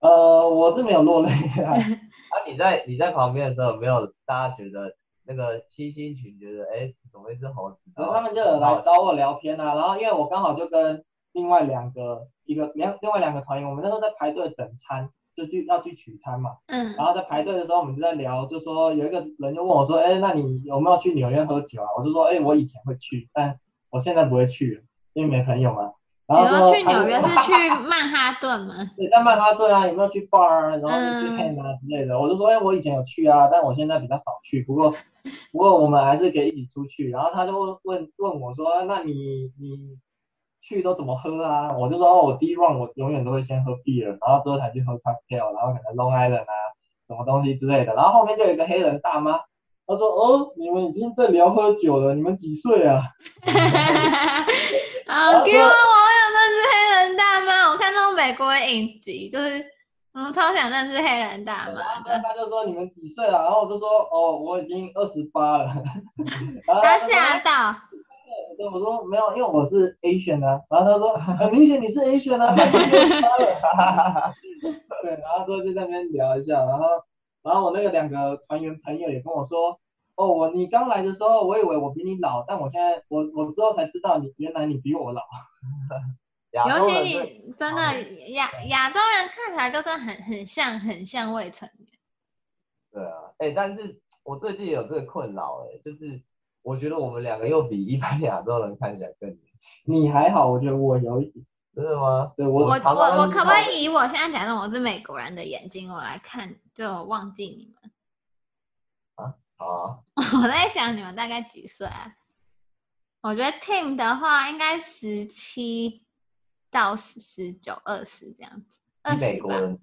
[SPEAKER 1] 呃，我是没有落泪啊，
[SPEAKER 3] 啊，你在你在旁边的时候，有没有大家觉得那个七星群觉得，哎，怎么会是猴子？
[SPEAKER 1] 然后他们就有来找我聊天啊，然后因为我刚好就跟另外两个一个两另外两个团员，我们那时候在排队等餐，就去要去取餐嘛，
[SPEAKER 2] 嗯
[SPEAKER 1] 然后在排队的时候我们就在聊，就说有一个人就问我说，哎，那你有没有去纽约喝酒啊？我就说，哎，我以前会去，但我现在不会去了，因为没朋友嘛。然后
[SPEAKER 2] 后
[SPEAKER 1] 说
[SPEAKER 2] 去纽约
[SPEAKER 1] 他
[SPEAKER 2] 是去曼哈顿吗？
[SPEAKER 1] 对，在曼哈顿啊，有没有去 bar 啊，然后
[SPEAKER 2] 嗯
[SPEAKER 1] 一起 hang 啊之类的？我就说，哎、我以前有去啊，但我现在比较少去。不过，不过我们还是可以一起出去。然后他就问问我说，那你你去都怎么喝啊？我就说，哦，我第一 round 我永远都会先喝 beer，然后之后才去喝 cocktail，然后可能 Long Island 啊，什么东西之类的。然后后面就有一个黑人大妈，她说，哦，你们已经在聊喝酒了，你们几岁啊？
[SPEAKER 3] 哦
[SPEAKER 2] 好 Q，我有认识黑人大妈，我看那种美国影集，就是嗯，超想认识黑人大
[SPEAKER 3] 啊
[SPEAKER 2] 妈
[SPEAKER 1] 然后
[SPEAKER 2] 的。
[SPEAKER 1] 他就说你们几岁了？然后我就说哦，我已经二十八了。 然后
[SPEAKER 2] 他
[SPEAKER 1] 就说
[SPEAKER 2] 吓到，
[SPEAKER 1] 对，我说没有，因为我是 Asian 啊。然后他说 很明显你是 Asian 啊， 他已经二十八了。哈哈哈哈 对，然后之后就在那边聊一下，然后然后我那个两个团员朋友也跟我说，哦，我你刚来的时候我以为我比你老，但我现在我我之后才知道你原来你比我老。
[SPEAKER 3] 亚
[SPEAKER 2] 尤
[SPEAKER 3] 洲
[SPEAKER 2] 其
[SPEAKER 3] 人啊是啊
[SPEAKER 2] 你真的亚亚洲人看起来就是很很像很像未成年。
[SPEAKER 3] 对啊，哎、但是我最近有这个困扰，哎，就是我觉得我们两个又比一般亚洲人看起来更年轻，
[SPEAKER 1] 你还好，我觉得我有一点，
[SPEAKER 3] 真的吗？
[SPEAKER 1] 对
[SPEAKER 2] 我
[SPEAKER 1] 我
[SPEAKER 2] 我
[SPEAKER 3] 常常
[SPEAKER 2] 我
[SPEAKER 3] 遇
[SPEAKER 2] 可不
[SPEAKER 3] 到
[SPEAKER 2] 可以以我现在假装我是美国人的眼睛，我来看，就我忘记你们。
[SPEAKER 3] 好啊，
[SPEAKER 2] 我在想你们 大概几岁啊？我觉得 Tim 的话应该十七到十九、二十这样子，二
[SPEAKER 3] 比美
[SPEAKER 2] 十
[SPEAKER 3] 国
[SPEAKER 2] 吧。
[SPEAKER 3] 人，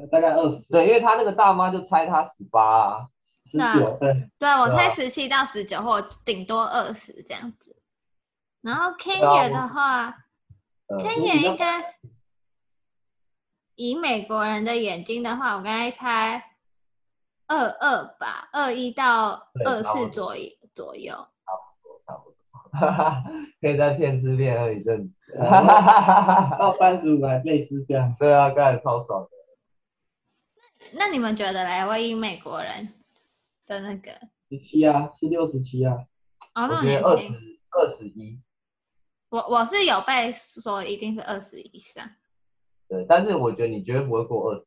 [SPEAKER 1] 呃大概二十
[SPEAKER 3] 对，因为他那个大妈就猜他十八啊，
[SPEAKER 1] 十
[SPEAKER 2] 那
[SPEAKER 1] 九，对。
[SPEAKER 2] 对，我
[SPEAKER 3] 对
[SPEAKER 2] 猜
[SPEAKER 3] 啊
[SPEAKER 2] 十七到十九，或顶多二十这样子。然后 Ken
[SPEAKER 3] 啊
[SPEAKER 2] 也
[SPEAKER 3] 我
[SPEAKER 2] 的话
[SPEAKER 3] 嗯，
[SPEAKER 2] ，Ken
[SPEAKER 1] 我
[SPEAKER 2] 也
[SPEAKER 1] 比较
[SPEAKER 2] 应该以美国人的眼睛的话，我刚才猜二二吧，二一到
[SPEAKER 3] 对
[SPEAKER 2] 二
[SPEAKER 3] 差不
[SPEAKER 2] 四
[SPEAKER 3] 多
[SPEAKER 2] 左右左右。
[SPEAKER 3] 差不多，哈哈，可以再骗吃骗喝一阵子，
[SPEAKER 1] 然
[SPEAKER 3] 哈
[SPEAKER 1] 后
[SPEAKER 3] 哈哈哈哈，
[SPEAKER 1] 到三十五还类似这样。
[SPEAKER 3] 对啊，干超爽的，
[SPEAKER 2] 那你们觉得嘞？我以美国人的那个，
[SPEAKER 1] 十七啊，是六十七啊，
[SPEAKER 2] 哦，那
[SPEAKER 3] 我
[SPEAKER 2] 么
[SPEAKER 3] 觉
[SPEAKER 2] 年
[SPEAKER 3] 得二
[SPEAKER 2] 轻，
[SPEAKER 3] 十二十一，
[SPEAKER 2] 我我是有被说一定是二十以上，
[SPEAKER 3] 对，但是我觉得你绝对不会过二十，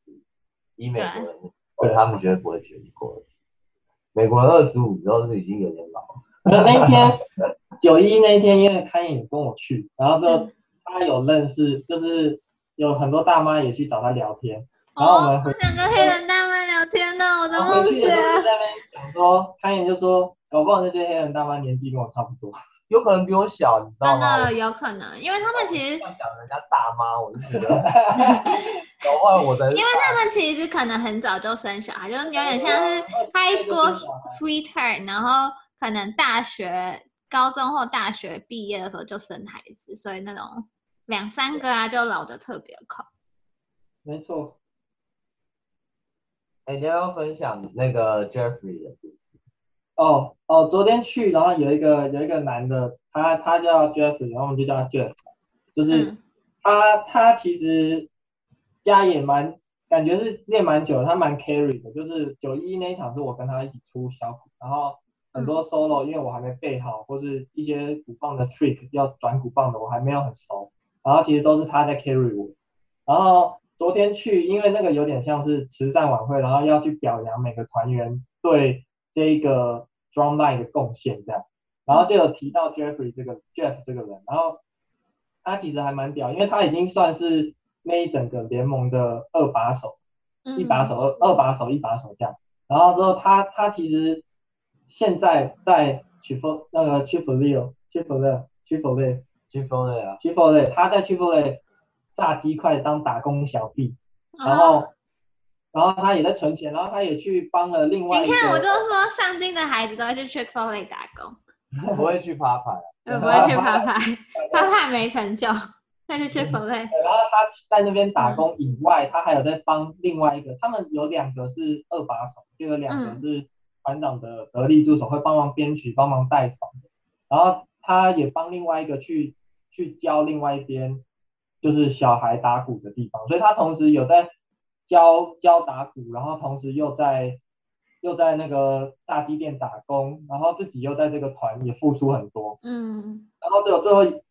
[SPEAKER 3] 以美
[SPEAKER 2] 啊
[SPEAKER 3] 国人，
[SPEAKER 1] 对
[SPEAKER 3] 他们绝对不会觉得你过二十，美国人二十五都是已经有点老了。
[SPEAKER 1] 那那一天九一那一天，因为开眼有跟我去，然后就他有认识，就是有很多大妈也去找他聊天，然后我
[SPEAKER 2] 哦
[SPEAKER 1] 们，
[SPEAKER 2] 我
[SPEAKER 1] 回
[SPEAKER 2] 两个黑人大妈聊天呢，我的
[SPEAKER 1] 然后
[SPEAKER 2] 梦
[SPEAKER 1] 回去的时
[SPEAKER 2] 想
[SPEAKER 1] 候。就在那边讲说，开眼就说，搞不好那些黑人大妈年纪跟我差不多，
[SPEAKER 3] 有可能比我小，你知道
[SPEAKER 2] 真
[SPEAKER 3] 吗？
[SPEAKER 2] 的有可能，因为他们其实，
[SPEAKER 3] 我想讲人家大妈，我就觉 得，搞不好我的
[SPEAKER 2] 因为他们其实可能很早就生小孩，就是有点像是 high
[SPEAKER 1] 20岁就生
[SPEAKER 2] school
[SPEAKER 1] 小孩
[SPEAKER 2] sweetheart，然后可能大学、高中或大学毕业的时候就生孩子，所以那种两三个啊就老的特别快。
[SPEAKER 1] 没错，
[SPEAKER 3] 哎，你要不要分享那个 Jeffrey 的故事？
[SPEAKER 1] 哦哦，昨天去，然后有一个有一个男的，他他叫 Jeffrey，然后我们就叫他 Jeff，就是。
[SPEAKER 2] 嗯，
[SPEAKER 1] 他他其实家也蛮，感觉是练蛮久的，他蛮 carry 的。就是九一那一场是我跟他一起出小鼓，然后很多 solo，因为我还没背好，或是一些鼓棒的 trick 要转鼓棒的，我还没有很熟。然后其实都是他在 carry 我。然后昨天去，因为那个有点像是慈善晚会，然后要去表扬每个团员对这个 drum line 的贡献这样。然后就有提到 Jeffrey 这个 Jeff 这个人，然后他其实还蛮屌，因为他已经算是那一整个联盟的二把手，
[SPEAKER 2] 嗯
[SPEAKER 1] 一把手二二把手一把手这样。然后之后他他其实现在在 c h i f o 那个 c h i f o l e o c h i f o l e o c h i f o l e o
[SPEAKER 3] 去疯了呀！
[SPEAKER 1] c h i f o l e 他在 c h i f o l e 炸鸡块当打工小弟，
[SPEAKER 2] 嗯，哦
[SPEAKER 1] 然后、然后他也在存钱，然后他也去帮了另外一
[SPEAKER 2] 你
[SPEAKER 1] 个，
[SPEAKER 2] 看，我就说上进的孩子都会去 Chick Fil A 打工，
[SPEAKER 3] 我不会去趴牌，啊
[SPEAKER 2] 我不会去爬
[SPEAKER 1] 啊
[SPEAKER 2] 爬， 爬爬没成就，那
[SPEAKER 1] 嗯
[SPEAKER 2] 就 Chick Fil A。
[SPEAKER 1] 然后他在那边打工以外，他还有在帮另外一个，他们有两个是二把手，就有两个是团长的得力助手，会帮忙编曲、帮忙带团的。然后他也帮另外一个去去教另外一边就是小孩打鼓的地方，所以他同时有在教教打鼓，然后同时又在又在那个大鸡店打工，然后自己又在这个团也付出很多。
[SPEAKER 2] 嗯，
[SPEAKER 1] 然后对我最后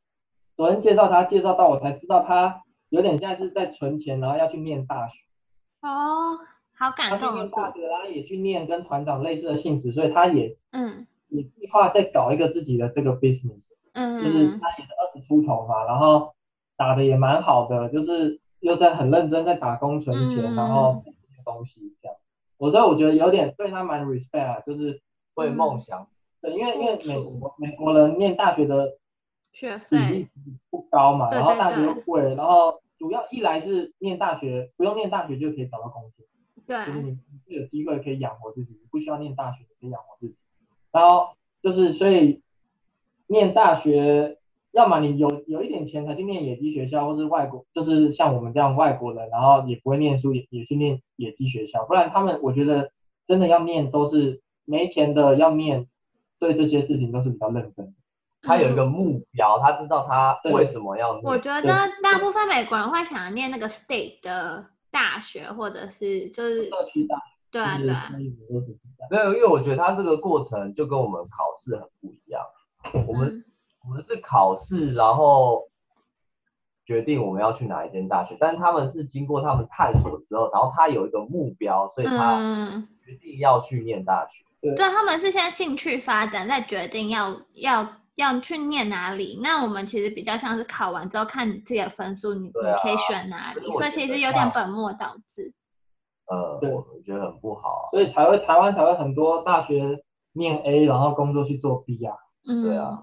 [SPEAKER 1] 昨天介绍他，介绍到我才知道他有点像是在存钱，然后要去念大学。
[SPEAKER 2] 哦，好
[SPEAKER 1] 他
[SPEAKER 2] 感
[SPEAKER 1] 去
[SPEAKER 2] 动哦的
[SPEAKER 1] 念
[SPEAKER 2] 故
[SPEAKER 1] 大
[SPEAKER 2] 事。
[SPEAKER 1] 学，然后也去念跟团长类似的性质，所以他也
[SPEAKER 2] 嗯
[SPEAKER 1] 也计划再搞一个自己的这个 business，就是
[SPEAKER 2] 嗯
[SPEAKER 1] 他也是二十出头嘛，然后打的也蛮好的，就是又在很认真在打工存钱，
[SPEAKER 2] 嗯
[SPEAKER 1] 然后东西这样。我所以我觉得有点对他蛮 respect 啊，就是
[SPEAKER 2] 嗯
[SPEAKER 3] 为梦想，
[SPEAKER 1] 对，因为因为美
[SPEAKER 2] 付
[SPEAKER 1] 国美国人念大学的
[SPEAKER 2] 学
[SPEAKER 1] 比
[SPEAKER 2] 费
[SPEAKER 1] 例，
[SPEAKER 3] 嗯
[SPEAKER 1] 不高嘛，
[SPEAKER 2] 对
[SPEAKER 1] 然后
[SPEAKER 2] 对
[SPEAKER 1] 大学
[SPEAKER 2] 对
[SPEAKER 1] 又贵，然后主要一来是念大学不用念大学就可以找到工作，
[SPEAKER 2] 对
[SPEAKER 3] 嗯
[SPEAKER 1] 就是你你有机会可以养活自己，你不需要念大学可以养活自己。然后就是所以念大学，要么你有有一点钱才去念野鸡学校，或是外国，就是像我们这样外国人，然后也不会念书，也也去念野鸡学校，不然他们我觉得真的要念都是没钱的要念，对这些事情都是比较认真的。
[SPEAKER 3] 他有一个
[SPEAKER 2] 嗯
[SPEAKER 3] 目标，他知道他
[SPEAKER 1] 对
[SPEAKER 3] 为什么要
[SPEAKER 2] 我
[SPEAKER 3] 念。
[SPEAKER 2] 觉得大部分美国人会想要念那个 state 的大学，或者是就是
[SPEAKER 1] 社区大
[SPEAKER 2] 对啊
[SPEAKER 1] 学
[SPEAKER 2] 对
[SPEAKER 1] 就是
[SPEAKER 2] 啊
[SPEAKER 1] 私，立的都是这样
[SPEAKER 3] 没有，因为我觉得他这个过程就跟我们考试很不一样。我们
[SPEAKER 2] 嗯
[SPEAKER 3] 我们是考试，然后决定我们要去哪一间大学，但他们是经过他们探索之后，然后他有一个目标，所以他
[SPEAKER 2] 嗯，
[SPEAKER 3] 决定要去念大学。
[SPEAKER 2] 对，他们是先兴趣发展，再决定要要要去念哪里。那我们其实比较像是考完之后看你自己的分数，你、
[SPEAKER 3] 对啊
[SPEAKER 2] 你可以选哪里，
[SPEAKER 3] 可是我
[SPEAKER 2] 所以
[SPEAKER 3] 觉
[SPEAKER 2] 其
[SPEAKER 3] 得
[SPEAKER 2] 实有
[SPEAKER 3] 他
[SPEAKER 2] 点本末倒置。
[SPEAKER 3] 呃，
[SPEAKER 1] 对
[SPEAKER 3] 我觉得很不好啊。
[SPEAKER 1] 所以才会台湾才会很多大学念 A，然后工作去做 B 啊。
[SPEAKER 2] 嗯，
[SPEAKER 3] 对啊，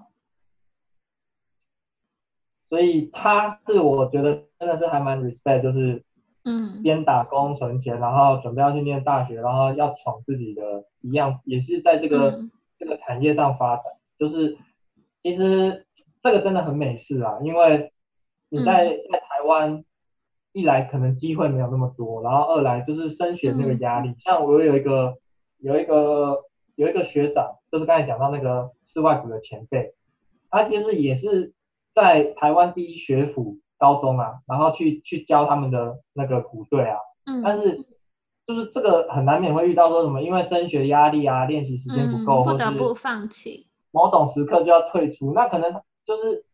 [SPEAKER 1] 所以他是我觉得真的是还蛮 respect，就是
[SPEAKER 2] 嗯，
[SPEAKER 1] 边打工存钱，然后准备要去念大学，然后要闯自己的一样，也是在这个、
[SPEAKER 2] 嗯
[SPEAKER 1] 这个产业上发展。就是其实这个真的很美式啊，因为你在、在台湾，一来可能机会没有那么多，然后二来就是升学这个
[SPEAKER 2] 嗯
[SPEAKER 1] 压力。像我有一个有一个有一个学长，就是刚才讲到那个是外国的前辈，他就是也是在台湾第一学府高中啊，然后去去教他们的那个鼓队啊，
[SPEAKER 2] 嗯，
[SPEAKER 1] 但是就是这个很难免会遇到说什么，因为升学压力啊，练习时间不
[SPEAKER 2] 嗯、
[SPEAKER 1] 够，
[SPEAKER 2] 不
[SPEAKER 1] 或
[SPEAKER 2] 得不
[SPEAKER 1] 是
[SPEAKER 2] 放弃。
[SPEAKER 1] 某种时刻就要退出，那可能就是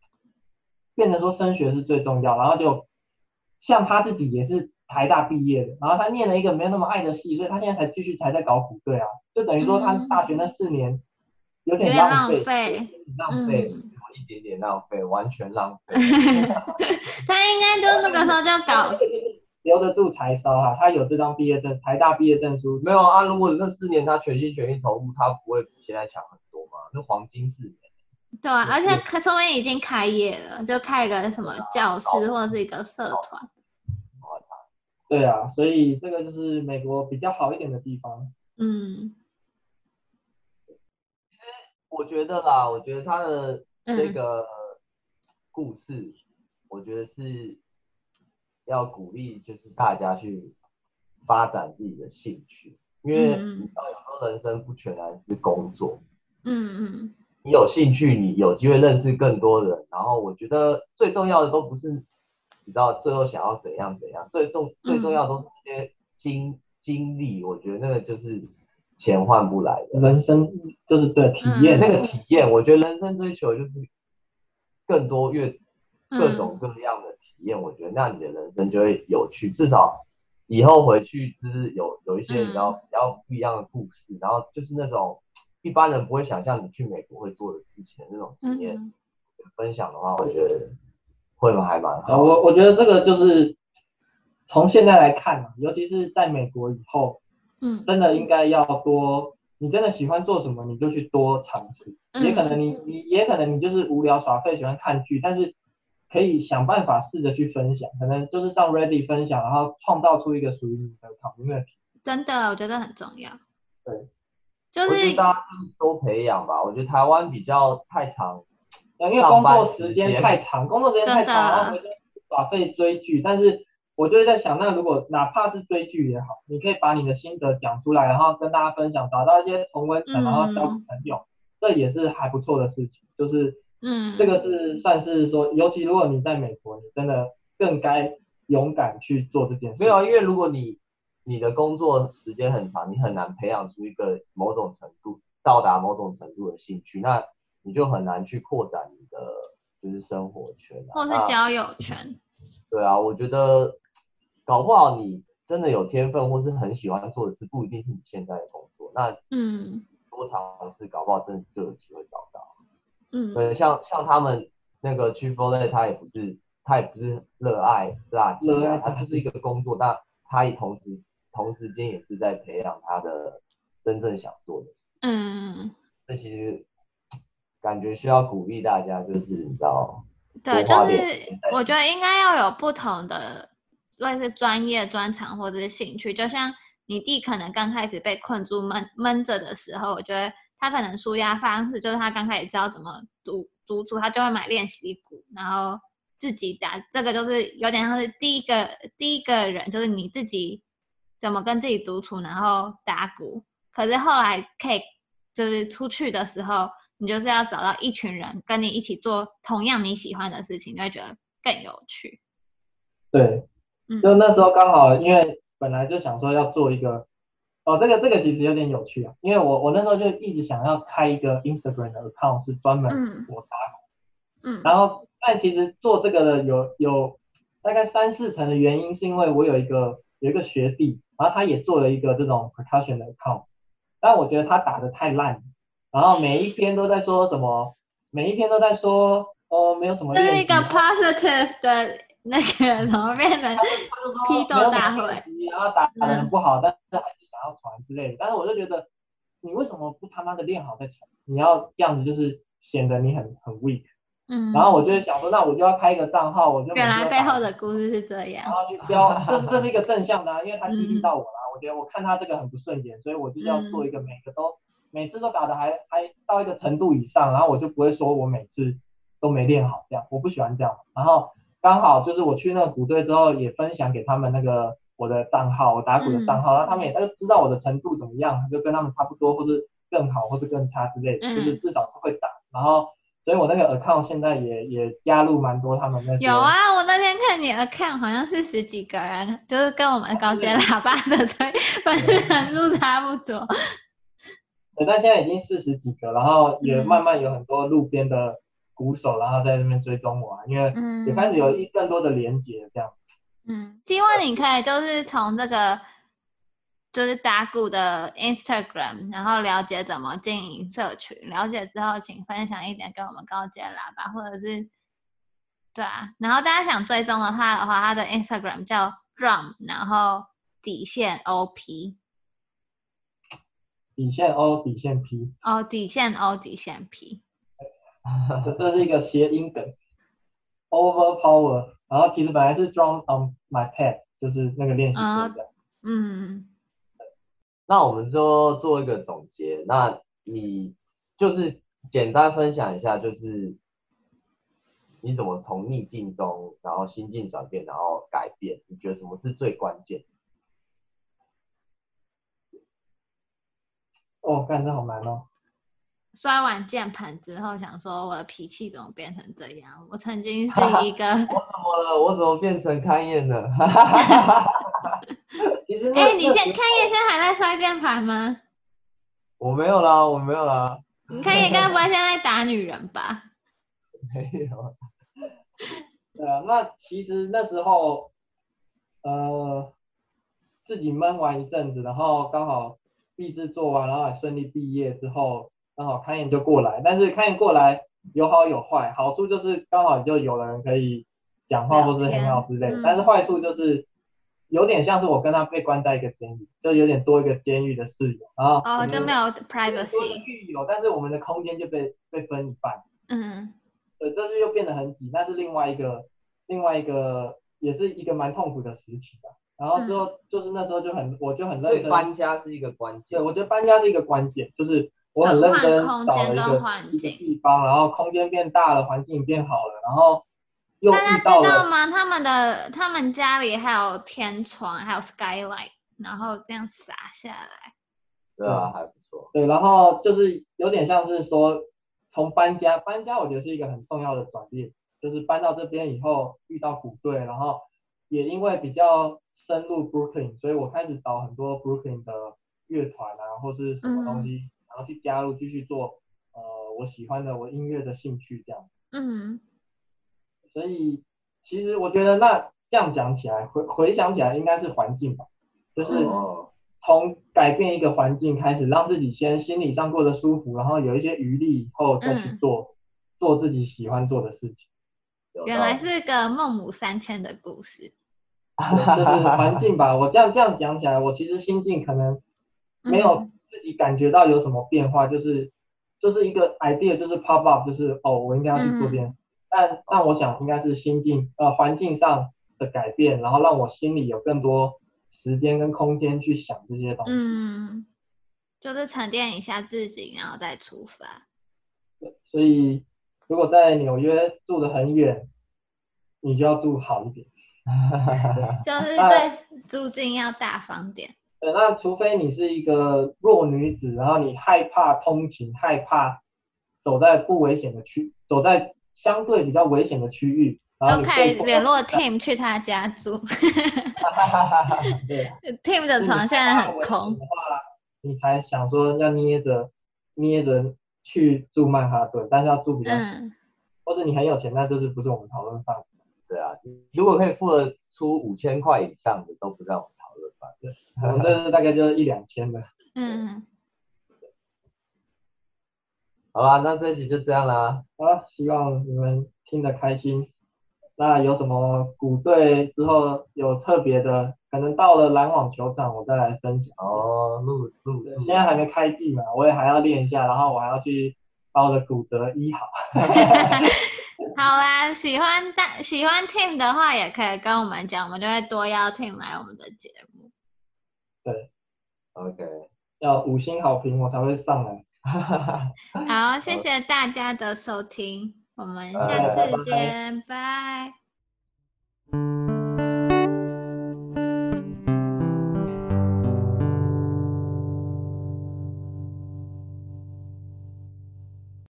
[SPEAKER 1] 变成说升学是最重要，然后就像他自己也是台大毕业的，然后他念了一个没有那么爱的系，所以他现在才继续才在搞股队啊，就等于说他
[SPEAKER 2] 嗯
[SPEAKER 1] 大学那四年有
[SPEAKER 2] 有
[SPEAKER 1] 点
[SPEAKER 2] 点
[SPEAKER 1] 浪
[SPEAKER 2] 浪
[SPEAKER 1] 费，
[SPEAKER 2] 费
[SPEAKER 1] 有点浪费，
[SPEAKER 2] 嗯，
[SPEAKER 3] 一点点浪费，完全浪费。
[SPEAKER 2] 他应该就那个时候就
[SPEAKER 1] 他
[SPEAKER 2] 搞
[SPEAKER 1] 这个就是留得住柴烧啊，他有这张毕业证，台大毕业证书，
[SPEAKER 3] 没有啊，如果那四年他全心全意投入，他不会比现在强很多吗？那黄金四年，
[SPEAKER 2] 对啊，
[SPEAKER 3] 也
[SPEAKER 2] 而且
[SPEAKER 3] 是
[SPEAKER 2] 可说不定已经开业了，就开一个什
[SPEAKER 1] 哦
[SPEAKER 2] 么教室或者是一个社团。
[SPEAKER 1] 对啊，所以这个就是美国比较好一点的地方。
[SPEAKER 2] 嗯
[SPEAKER 3] 我觉得啦，我觉得他的这
[SPEAKER 2] 嗯
[SPEAKER 3] 个故事，我觉得是要鼓励，就是大家去发展自己的兴趣，因为
[SPEAKER 2] 嗯嗯
[SPEAKER 3] 你知道有时候人生不全然是工作，
[SPEAKER 2] 嗯
[SPEAKER 3] 你有兴趣，你有机会认识更多人。然后我觉得最重要的都不是你知道最后想要怎样怎样，最重
[SPEAKER 2] 嗯
[SPEAKER 3] 最重要的都是那些经经历。我觉得那个就是钱换不来的，
[SPEAKER 1] 人生就是对体验
[SPEAKER 2] 嗯
[SPEAKER 3] 那个体验。我觉得人生追求就是更多越
[SPEAKER 2] 嗯
[SPEAKER 3] 各种各样的体验。我觉得那你的人生就会有趣，至少以后回去就是有有一些
[SPEAKER 2] 嗯
[SPEAKER 3] 你知道比较不一样的故事，然后就是那种。一般人不会想象你去美国会做的事情的那种
[SPEAKER 2] 嗯
[SPEAKER 3] 经验，
[SPEAKER 2] 嗯，
[SPEAKER 3] 分享的话，我觉得会还蛮
[SPEAKER 1] 啊，
[SPEAKER 3] 好。
[SPEAKER 1] 我我觉得这个就是从现在来看嘛，尤其是在美国以后，
[SPEAKER 2] 嗯
[SPEAKER 1] 真的应该要多，你真的喜欢做什么，你就去多尝试。
[SPEAKER 2] 嗯
[SPEAKER 1] 也可能你你也可能你就是无聊耍废，喜欢看剧，但是可以想办法试着去分享，可能就是上 Ready 分享，然后创造出一个属于你的 community。
[SPEAKER 2] 真的我觉得很重要。
[SPEAKER 1] 对，
[SPEAKER 2] 就
[SPEAKER 3] 我觉
[SPEAKER 2] 是
[SPEAKER 3] 得大家多培养吧。我觉得台湾比较太长，
[SPEAKER 1] 呃因为工
[SPEAKER 3] 上班
[SPEAKER 1] 作
[SPEAKER 3] 时
[SPEAKER 1] 时间
[SPEAKER 3] 间
[SPEAKER 1] 太长，工作时间太长，
[SPEAKER 2] 真的啊
[SPEAKER 1] 然后回家耍废追剧，但是我就会在想，那如果哪怕是追剧也好，你可以把你的心得讲出来，然后跟大家分享，找到一些同温层，然后交
[SPEAKER 2] 嗯
[SPEAKER 1] 朋友，这也是还不错的事情。就是
[SPEAKER 2] 嗯，
[SPEAKER 1] 这个是算是说，尤其如果你在美国，你真的更该勇敢去做这件事。
[SPEAKER 3] 没有，因为如果你你的工作时间很长，你很难培养出一个某种程度到达某种程度的兴趣，那你就很难去扩展你的就是生活圈、啊，
[SPEAKER 2] 或是
[SPEAKER 3] 那
[SPEAKER 2] 交友圈。
[SPEAKER 3] 对啊，我觉得搞不好你真的有天分，或是很喜欢做的事，不一定是你现在的工作。那
[SPEAKER 2] 嗯
[SPEAKER 3] 多尝试，搞不好真的就有机会找到。
[SPEAKER 2] 嗯
[SPEAKER 3] 对，像像他们那个 Chipotle，他也不是他也不是热爱垃圾
[SPEAKER 1] 热
[SPEAKER 3] 啊
[SPEAKER 1] 爱，
[SPEAKER 3] 他就是一个工作，但他也同时同时间也是在培养他的真正想做的事。
[SPEAKER 2] 嗯，
[SPEAKER 3] 这其实感觉需要鼓励大家，就是你知道，
[SPEAKER 2] 对，
[SPEAKER 3] 多花
[SPEAKER 2] 就
[SPEAKER 3] 点
[SPEAKER 2] 是
[SPEAKER 3] 时间在
[SPEAKER 2] 我觉得应该要有不同的，类似专业、专长或者是兴趣。就像你弟可能刚开始被困住闷闷着的时候，我觉得他可能舒压方式就是他刚开始知道怎么独独处，他就会买练习鼓，然后自己打。这个就是有点像是第一个第一个人，就是你自己怎么跟自己独处，然后打鼓。可是后来可以就是出去的时候，你就是要找到一群人跟你一起做同样你喜欢的事情，就会觉得更有趣。
[SPEAKER 1] 对，
[SPEAKER 2] 嗯
[SPEAKER 1] 就那时候刚好，因为本来就想说要做一个，哦，这个这个其实有点有趣啊，因为我我那时候就一直想要开一个 Instagram 的 account，是专门
[SPEAKER 2] 嗯
[SPEAKER 1] 我打
[SPEAKER 2] 嗯
[SPEAKER 1] 然后，但其实做这个的有有大概三四成的原因，是因为我有一个有一个学弟，然后他也做了一个这种 percussion 的 account，但我觉得他打的太烂，然后每一篇都在说什么，每一篇都在说哦没有什么
[SPEAKER 2] 这
[SPEAKER 1] 练
[SPEAKER 2] 是
[SPEAKER 1] 习，
[SPEAKER 2] 一个 positive 的那个，怎么变成
[SPEAKER 1] 他就他就说
[SPEAKER 2] 批斗
[SPEAKER 1] 没有什么
[SPEAKER 2] 大会
[SPEAKER 1] 练习然后打打的很不好，但是还是想要传之类的，但是我就觉得你为什么不他妈的练好再传？你要这样子就是显得你很很 weak，
[SPEAKER 2] 嗯？
[SPEAKER 1] 然后我就想说，那我就要开一个账号，我就每
[SPEAKER 2] 原
[SPEAKER 1] 天
[SPEAKER 2] 来
[SPEAKER 1] 都
[SPEAKER 2] 背
[SPEAKER 1] 打
[SPEAKER 2] 后的故事是这
[SPEAKER 1] 然
[SPEAKER 2] 样。
[SPEAKER 1] 后去标， 这是这是一个正向的、啊，因为他激励到我啦、
[SPEAKER 2] 嗯
[SPEAKER 1] 我觉得我看他这个很不顺眼，所以我就是要做一个每个都、每次都打的还还到一个程度以上，然后我就不会说我每次都没练好这样，我不喜欢这样。然后刚好就是我去那个鼓队之后，也分享给他们那个我的账号，我打鼓的账号，然后他们也
[SPEAKER 2] 嗯
[SPEAKER 1] 他就知道我的程度怎么样，就跟他们差不多，或是更好，或是更差之类的，
[SPEAKER 2] 嗯
[SPEAKER 1] 就是至少是会打。然后所以我那个 account 现在也也加入蛮多他们那些
[SPEAKER 2] 有啊，我那天看你的 account 好像是十几个人，就是跟我们高阶喇叭的 吹粉丝人数差不多。
[SPEAKER 1] 对，但现在已经四十几个，然后也
[SPEAKER 2] 嗯
[SPEAKER 1] 慢慢有很多路边的鼓手，然后在那边追踪我啊，因为
[SPEAKER 2] 嗯，
[SPEAKER 1] 也开始有一更多的连接这样。
[SPEAKER 2] 嗯，希望你可以就是从这个就是打鼓的 Instagram，然后了解怎么经营社群。了解之后，请分享一点给我们高阶喇叭，或者是对啊。然后大家想追踪的话的话，他的 Instagram 叫 drum，然后底线 OP
[SPEAKER 1] 底线 O 底线 P，
[SPEAKER 2] 哦，底线 O 底线 P。
[SPEAKER 1] 这这是一个谐音梗，overpower。然后其实本来是 drawn on my pad，就是那个
[SPEAKER 3] 嗯
[SPEAKER 1] 练习
[SPEAKER 2] 啊
[SPEAKER 1] 歌这样。
[SPEAKER 2] 嗯，
[SPEAKER 3] 那我们就做一个总结。那你就是简单分享一下，就是你怎么从逆境中，然后心境转变，然后改变？你觉得什么是最关键？
[SPEAKER 1] 哦，干这好难哦。
[SPEAKER 2] 摔完键盘之后，想说我的脾气怎么变成这样？我曾经是一个，
[SPEAKER 3] 我怎么了？我怎么变成勘验了？ 哈哈哈哈哈
[SPEAKER 1] 其实那
[SPEAKER 2] 哎、你
[SPEAKER 1] 那
[SPEAKER 2] 现看
[SPEAKER 1] 时
[SPEAKER 2] 叶现在还在摔键盘吗？
[SPEAKER 3] 我没有啦，我没有啦，
[SPEAKER 2] 你看，也该不会现在打女人吧？
[SPEAKER 3] 没有。
[SPEAKER 1] 啊对啊，那其实那时候，呃，自己闷完一阵子，然后刚好毕制做完，然后也顺利毕业之后，刚好开研就过来。但是开研过来有好有坏，好处就是刚好就有人可以讲话
[SPEAKER 2] 聊
[SPEAKER 1] 或是
[SPEAKER 2] 天
[SPEAKER 1] 很好之类的，
[SPEAKER 2] 嗯
[SPEAKER 1] 但是坏处就是有点像是我跟他被关在一个监狱，就有点多一个监狱的室友，然后嗯
[SPEAKER 2] 哦，就没有
[SPEAKER 1] 多一个
[SPEAKER 2] privacy。
[SPEAKER 1] 狱友，但是我们的空间就被被分一半。
[SPEAKER 2] 嗯
[SPEAKER 1] 对，这就又变得很挤，那是另外一个另外一个也是一个蛮痛苦的时期吧。然后之后、
[SPEAKER 2] 嗯
[SPEAKER 1] 就是那时候就很我就很
[SPEAKER 3] 所
[SPEAKER 1] 认
[SPEAKER 3] 以
[SPEAKER 1] 真，
[SPEAKER 3] 搬家是一个关键
[SPEAKER 1] 对。我觉得搬家是一个关键，就是我很认真
[SPEAKER 2] 转换空
[SPEAKER 1] 找
[SPEAKER 2] 间
[SPEAKER 1] 了一
[SPEAKER 2] 跟
[SPEAKER 1] 个
[SPEAKER 2] 环
[SPEAKER 1] 一个
[SPEAKER 2] 境
[SPEAKER 1] 地方，然后空间变大了，环境变好了，然后又
[SPEAKER 2] 大家
[SPEAKER 1] 遇
[SPEAKER 2] 知
[SPEAKER 1] 到
[SPEAKER 2] 道
[SPEAKER 1] 了
[SPEAKER 2] 吗？他们的他们家里还有天窗，还有 skylight，然后这样洒下来。
[SPEAKER 3] 对啊，还不错。
[SPEAKER 1] 对，然后就是有点像是说从搬家搬家，我觉得是一个很重要的转变，就是搬到这边以后遇到鼓队，然后也因为比较深入 Brooklyn，所以我开始找很多 Brooklyn 的乐团啊，或是什么东西，然后去加入，继续做呃我喜欢的我音乐的兴趣这样。
[SPEAKER 2] 嗯，
[SPEAKER 1] 所以其实我觉得那这样讲起来，回回想起来应该是环境吧，就是。
[SPEAKER 2] 嗯
[SPEAKER 3] 哦，
[SPEAKER 1] 从改变一个环境开始，让自己先心理上过得舒服，然后有一些余力以后再去
[SPEAKER 2] 嗯
[SPEAKER 1] 做、做自己喜欢做的事情。
[SPEAKER 3] 有
[SPEAKER 2] 原
[SPEAKER 3] 道
[SPEAKER 2] 来
[SPEAKER 3] 理
[SPEAKER 2] 是个孟母三迁的故事。
[SPEAKER 1] 对 就是环境吧。我这样这样讲起来，我其实心境可能没有
[SPEAKER 2] 嗯
[SPEAKER 1] 自己感觉到有什么变化，就是就是一个 idea，就是 pop up，就是哦，我应该要去做这件事。但但我想应该是心境呃环境上的改变，然后让我心里有更多时间跟空间去想这些东西。
[SPEAKER 2] 嗯，就是沉淀一下自己，然后再出发。
[SPEAKER 1] 所以如果在纽约住得很远，你就要住好一点。
[SPEAKER 2] 就是
[SPEAKER 1] 啊
[SPEAKER 2] 对租金要大方点。
[SPEAKER 1] 对，那除非你是一个弱女子，然后你害怕通勤，害怕走在不危险的区，走在相对比较危险的区域，然
[SPEAKER 2] 都
[SPEAKER 1] 后啊
[SPEAKER 2] 可
[SPEAKER 1] 你
[SPEAKER 2] 以
[SPEAKER 1] 被迫
[SPEAKER 2] 联络 Tim 去他家住
[SPEAKER 1] 对，
[SPEAKER 2] ，Tim
[SPEAKER 1] 嗯
[SPEAKER 2] 的床现
[SPEAKER 1] 啊
[SPEAKER 2] 在很空
[SPEAKER 1] 你害怕危险。的话，你才想说要捏着捏着去住曼哈顿，但是要住比较，
[SPEAKER 2] 嗯，
[SPEAKER 1] 或者你很有钱，那就是不是我们讨论范围。
[SPEAKER 3] 对啊，如果可以付得出五千块以上的，都不让我们讨论吧。
[SPEAKER 1] 我们这是大概就是一两千的。
[SPEAKER 2] 嗯，
[SPEAKER 3] 好啦，那这一集就这样啦。
[SPEAKER 1] 好了，希望你们听得开心。那有什么鼓队之后有特别的，可能到了篮网球场我再来分享。
[SPEAKER 3] 哦，录录
[SPEAKER 1] 对
[SPEAKER 3] 录，
[SPEAKER 1] 现在还没开季嘛，我也还要练一下，然后我还要去把我的骨折医好。
[SPEAKER 2] 好啦，喜欢大喜欢 Tim 的话，也可以跟我们讲，我们就会多邀 Tim 来我们的节目。
[SPEAKER 3] OK，
[SPEAKER 1] 要五星好评我才会上来。
[SPEAKER 2] 好，谢谢大家的收听，我们
[SPEAKER 3] 好
[SPEAKER 2] 下
[SPEAKER 1] 拜
[SPEAKER 2] 次
[SPEAKER 1] 拜
[SPEAKER 2] 见，拜。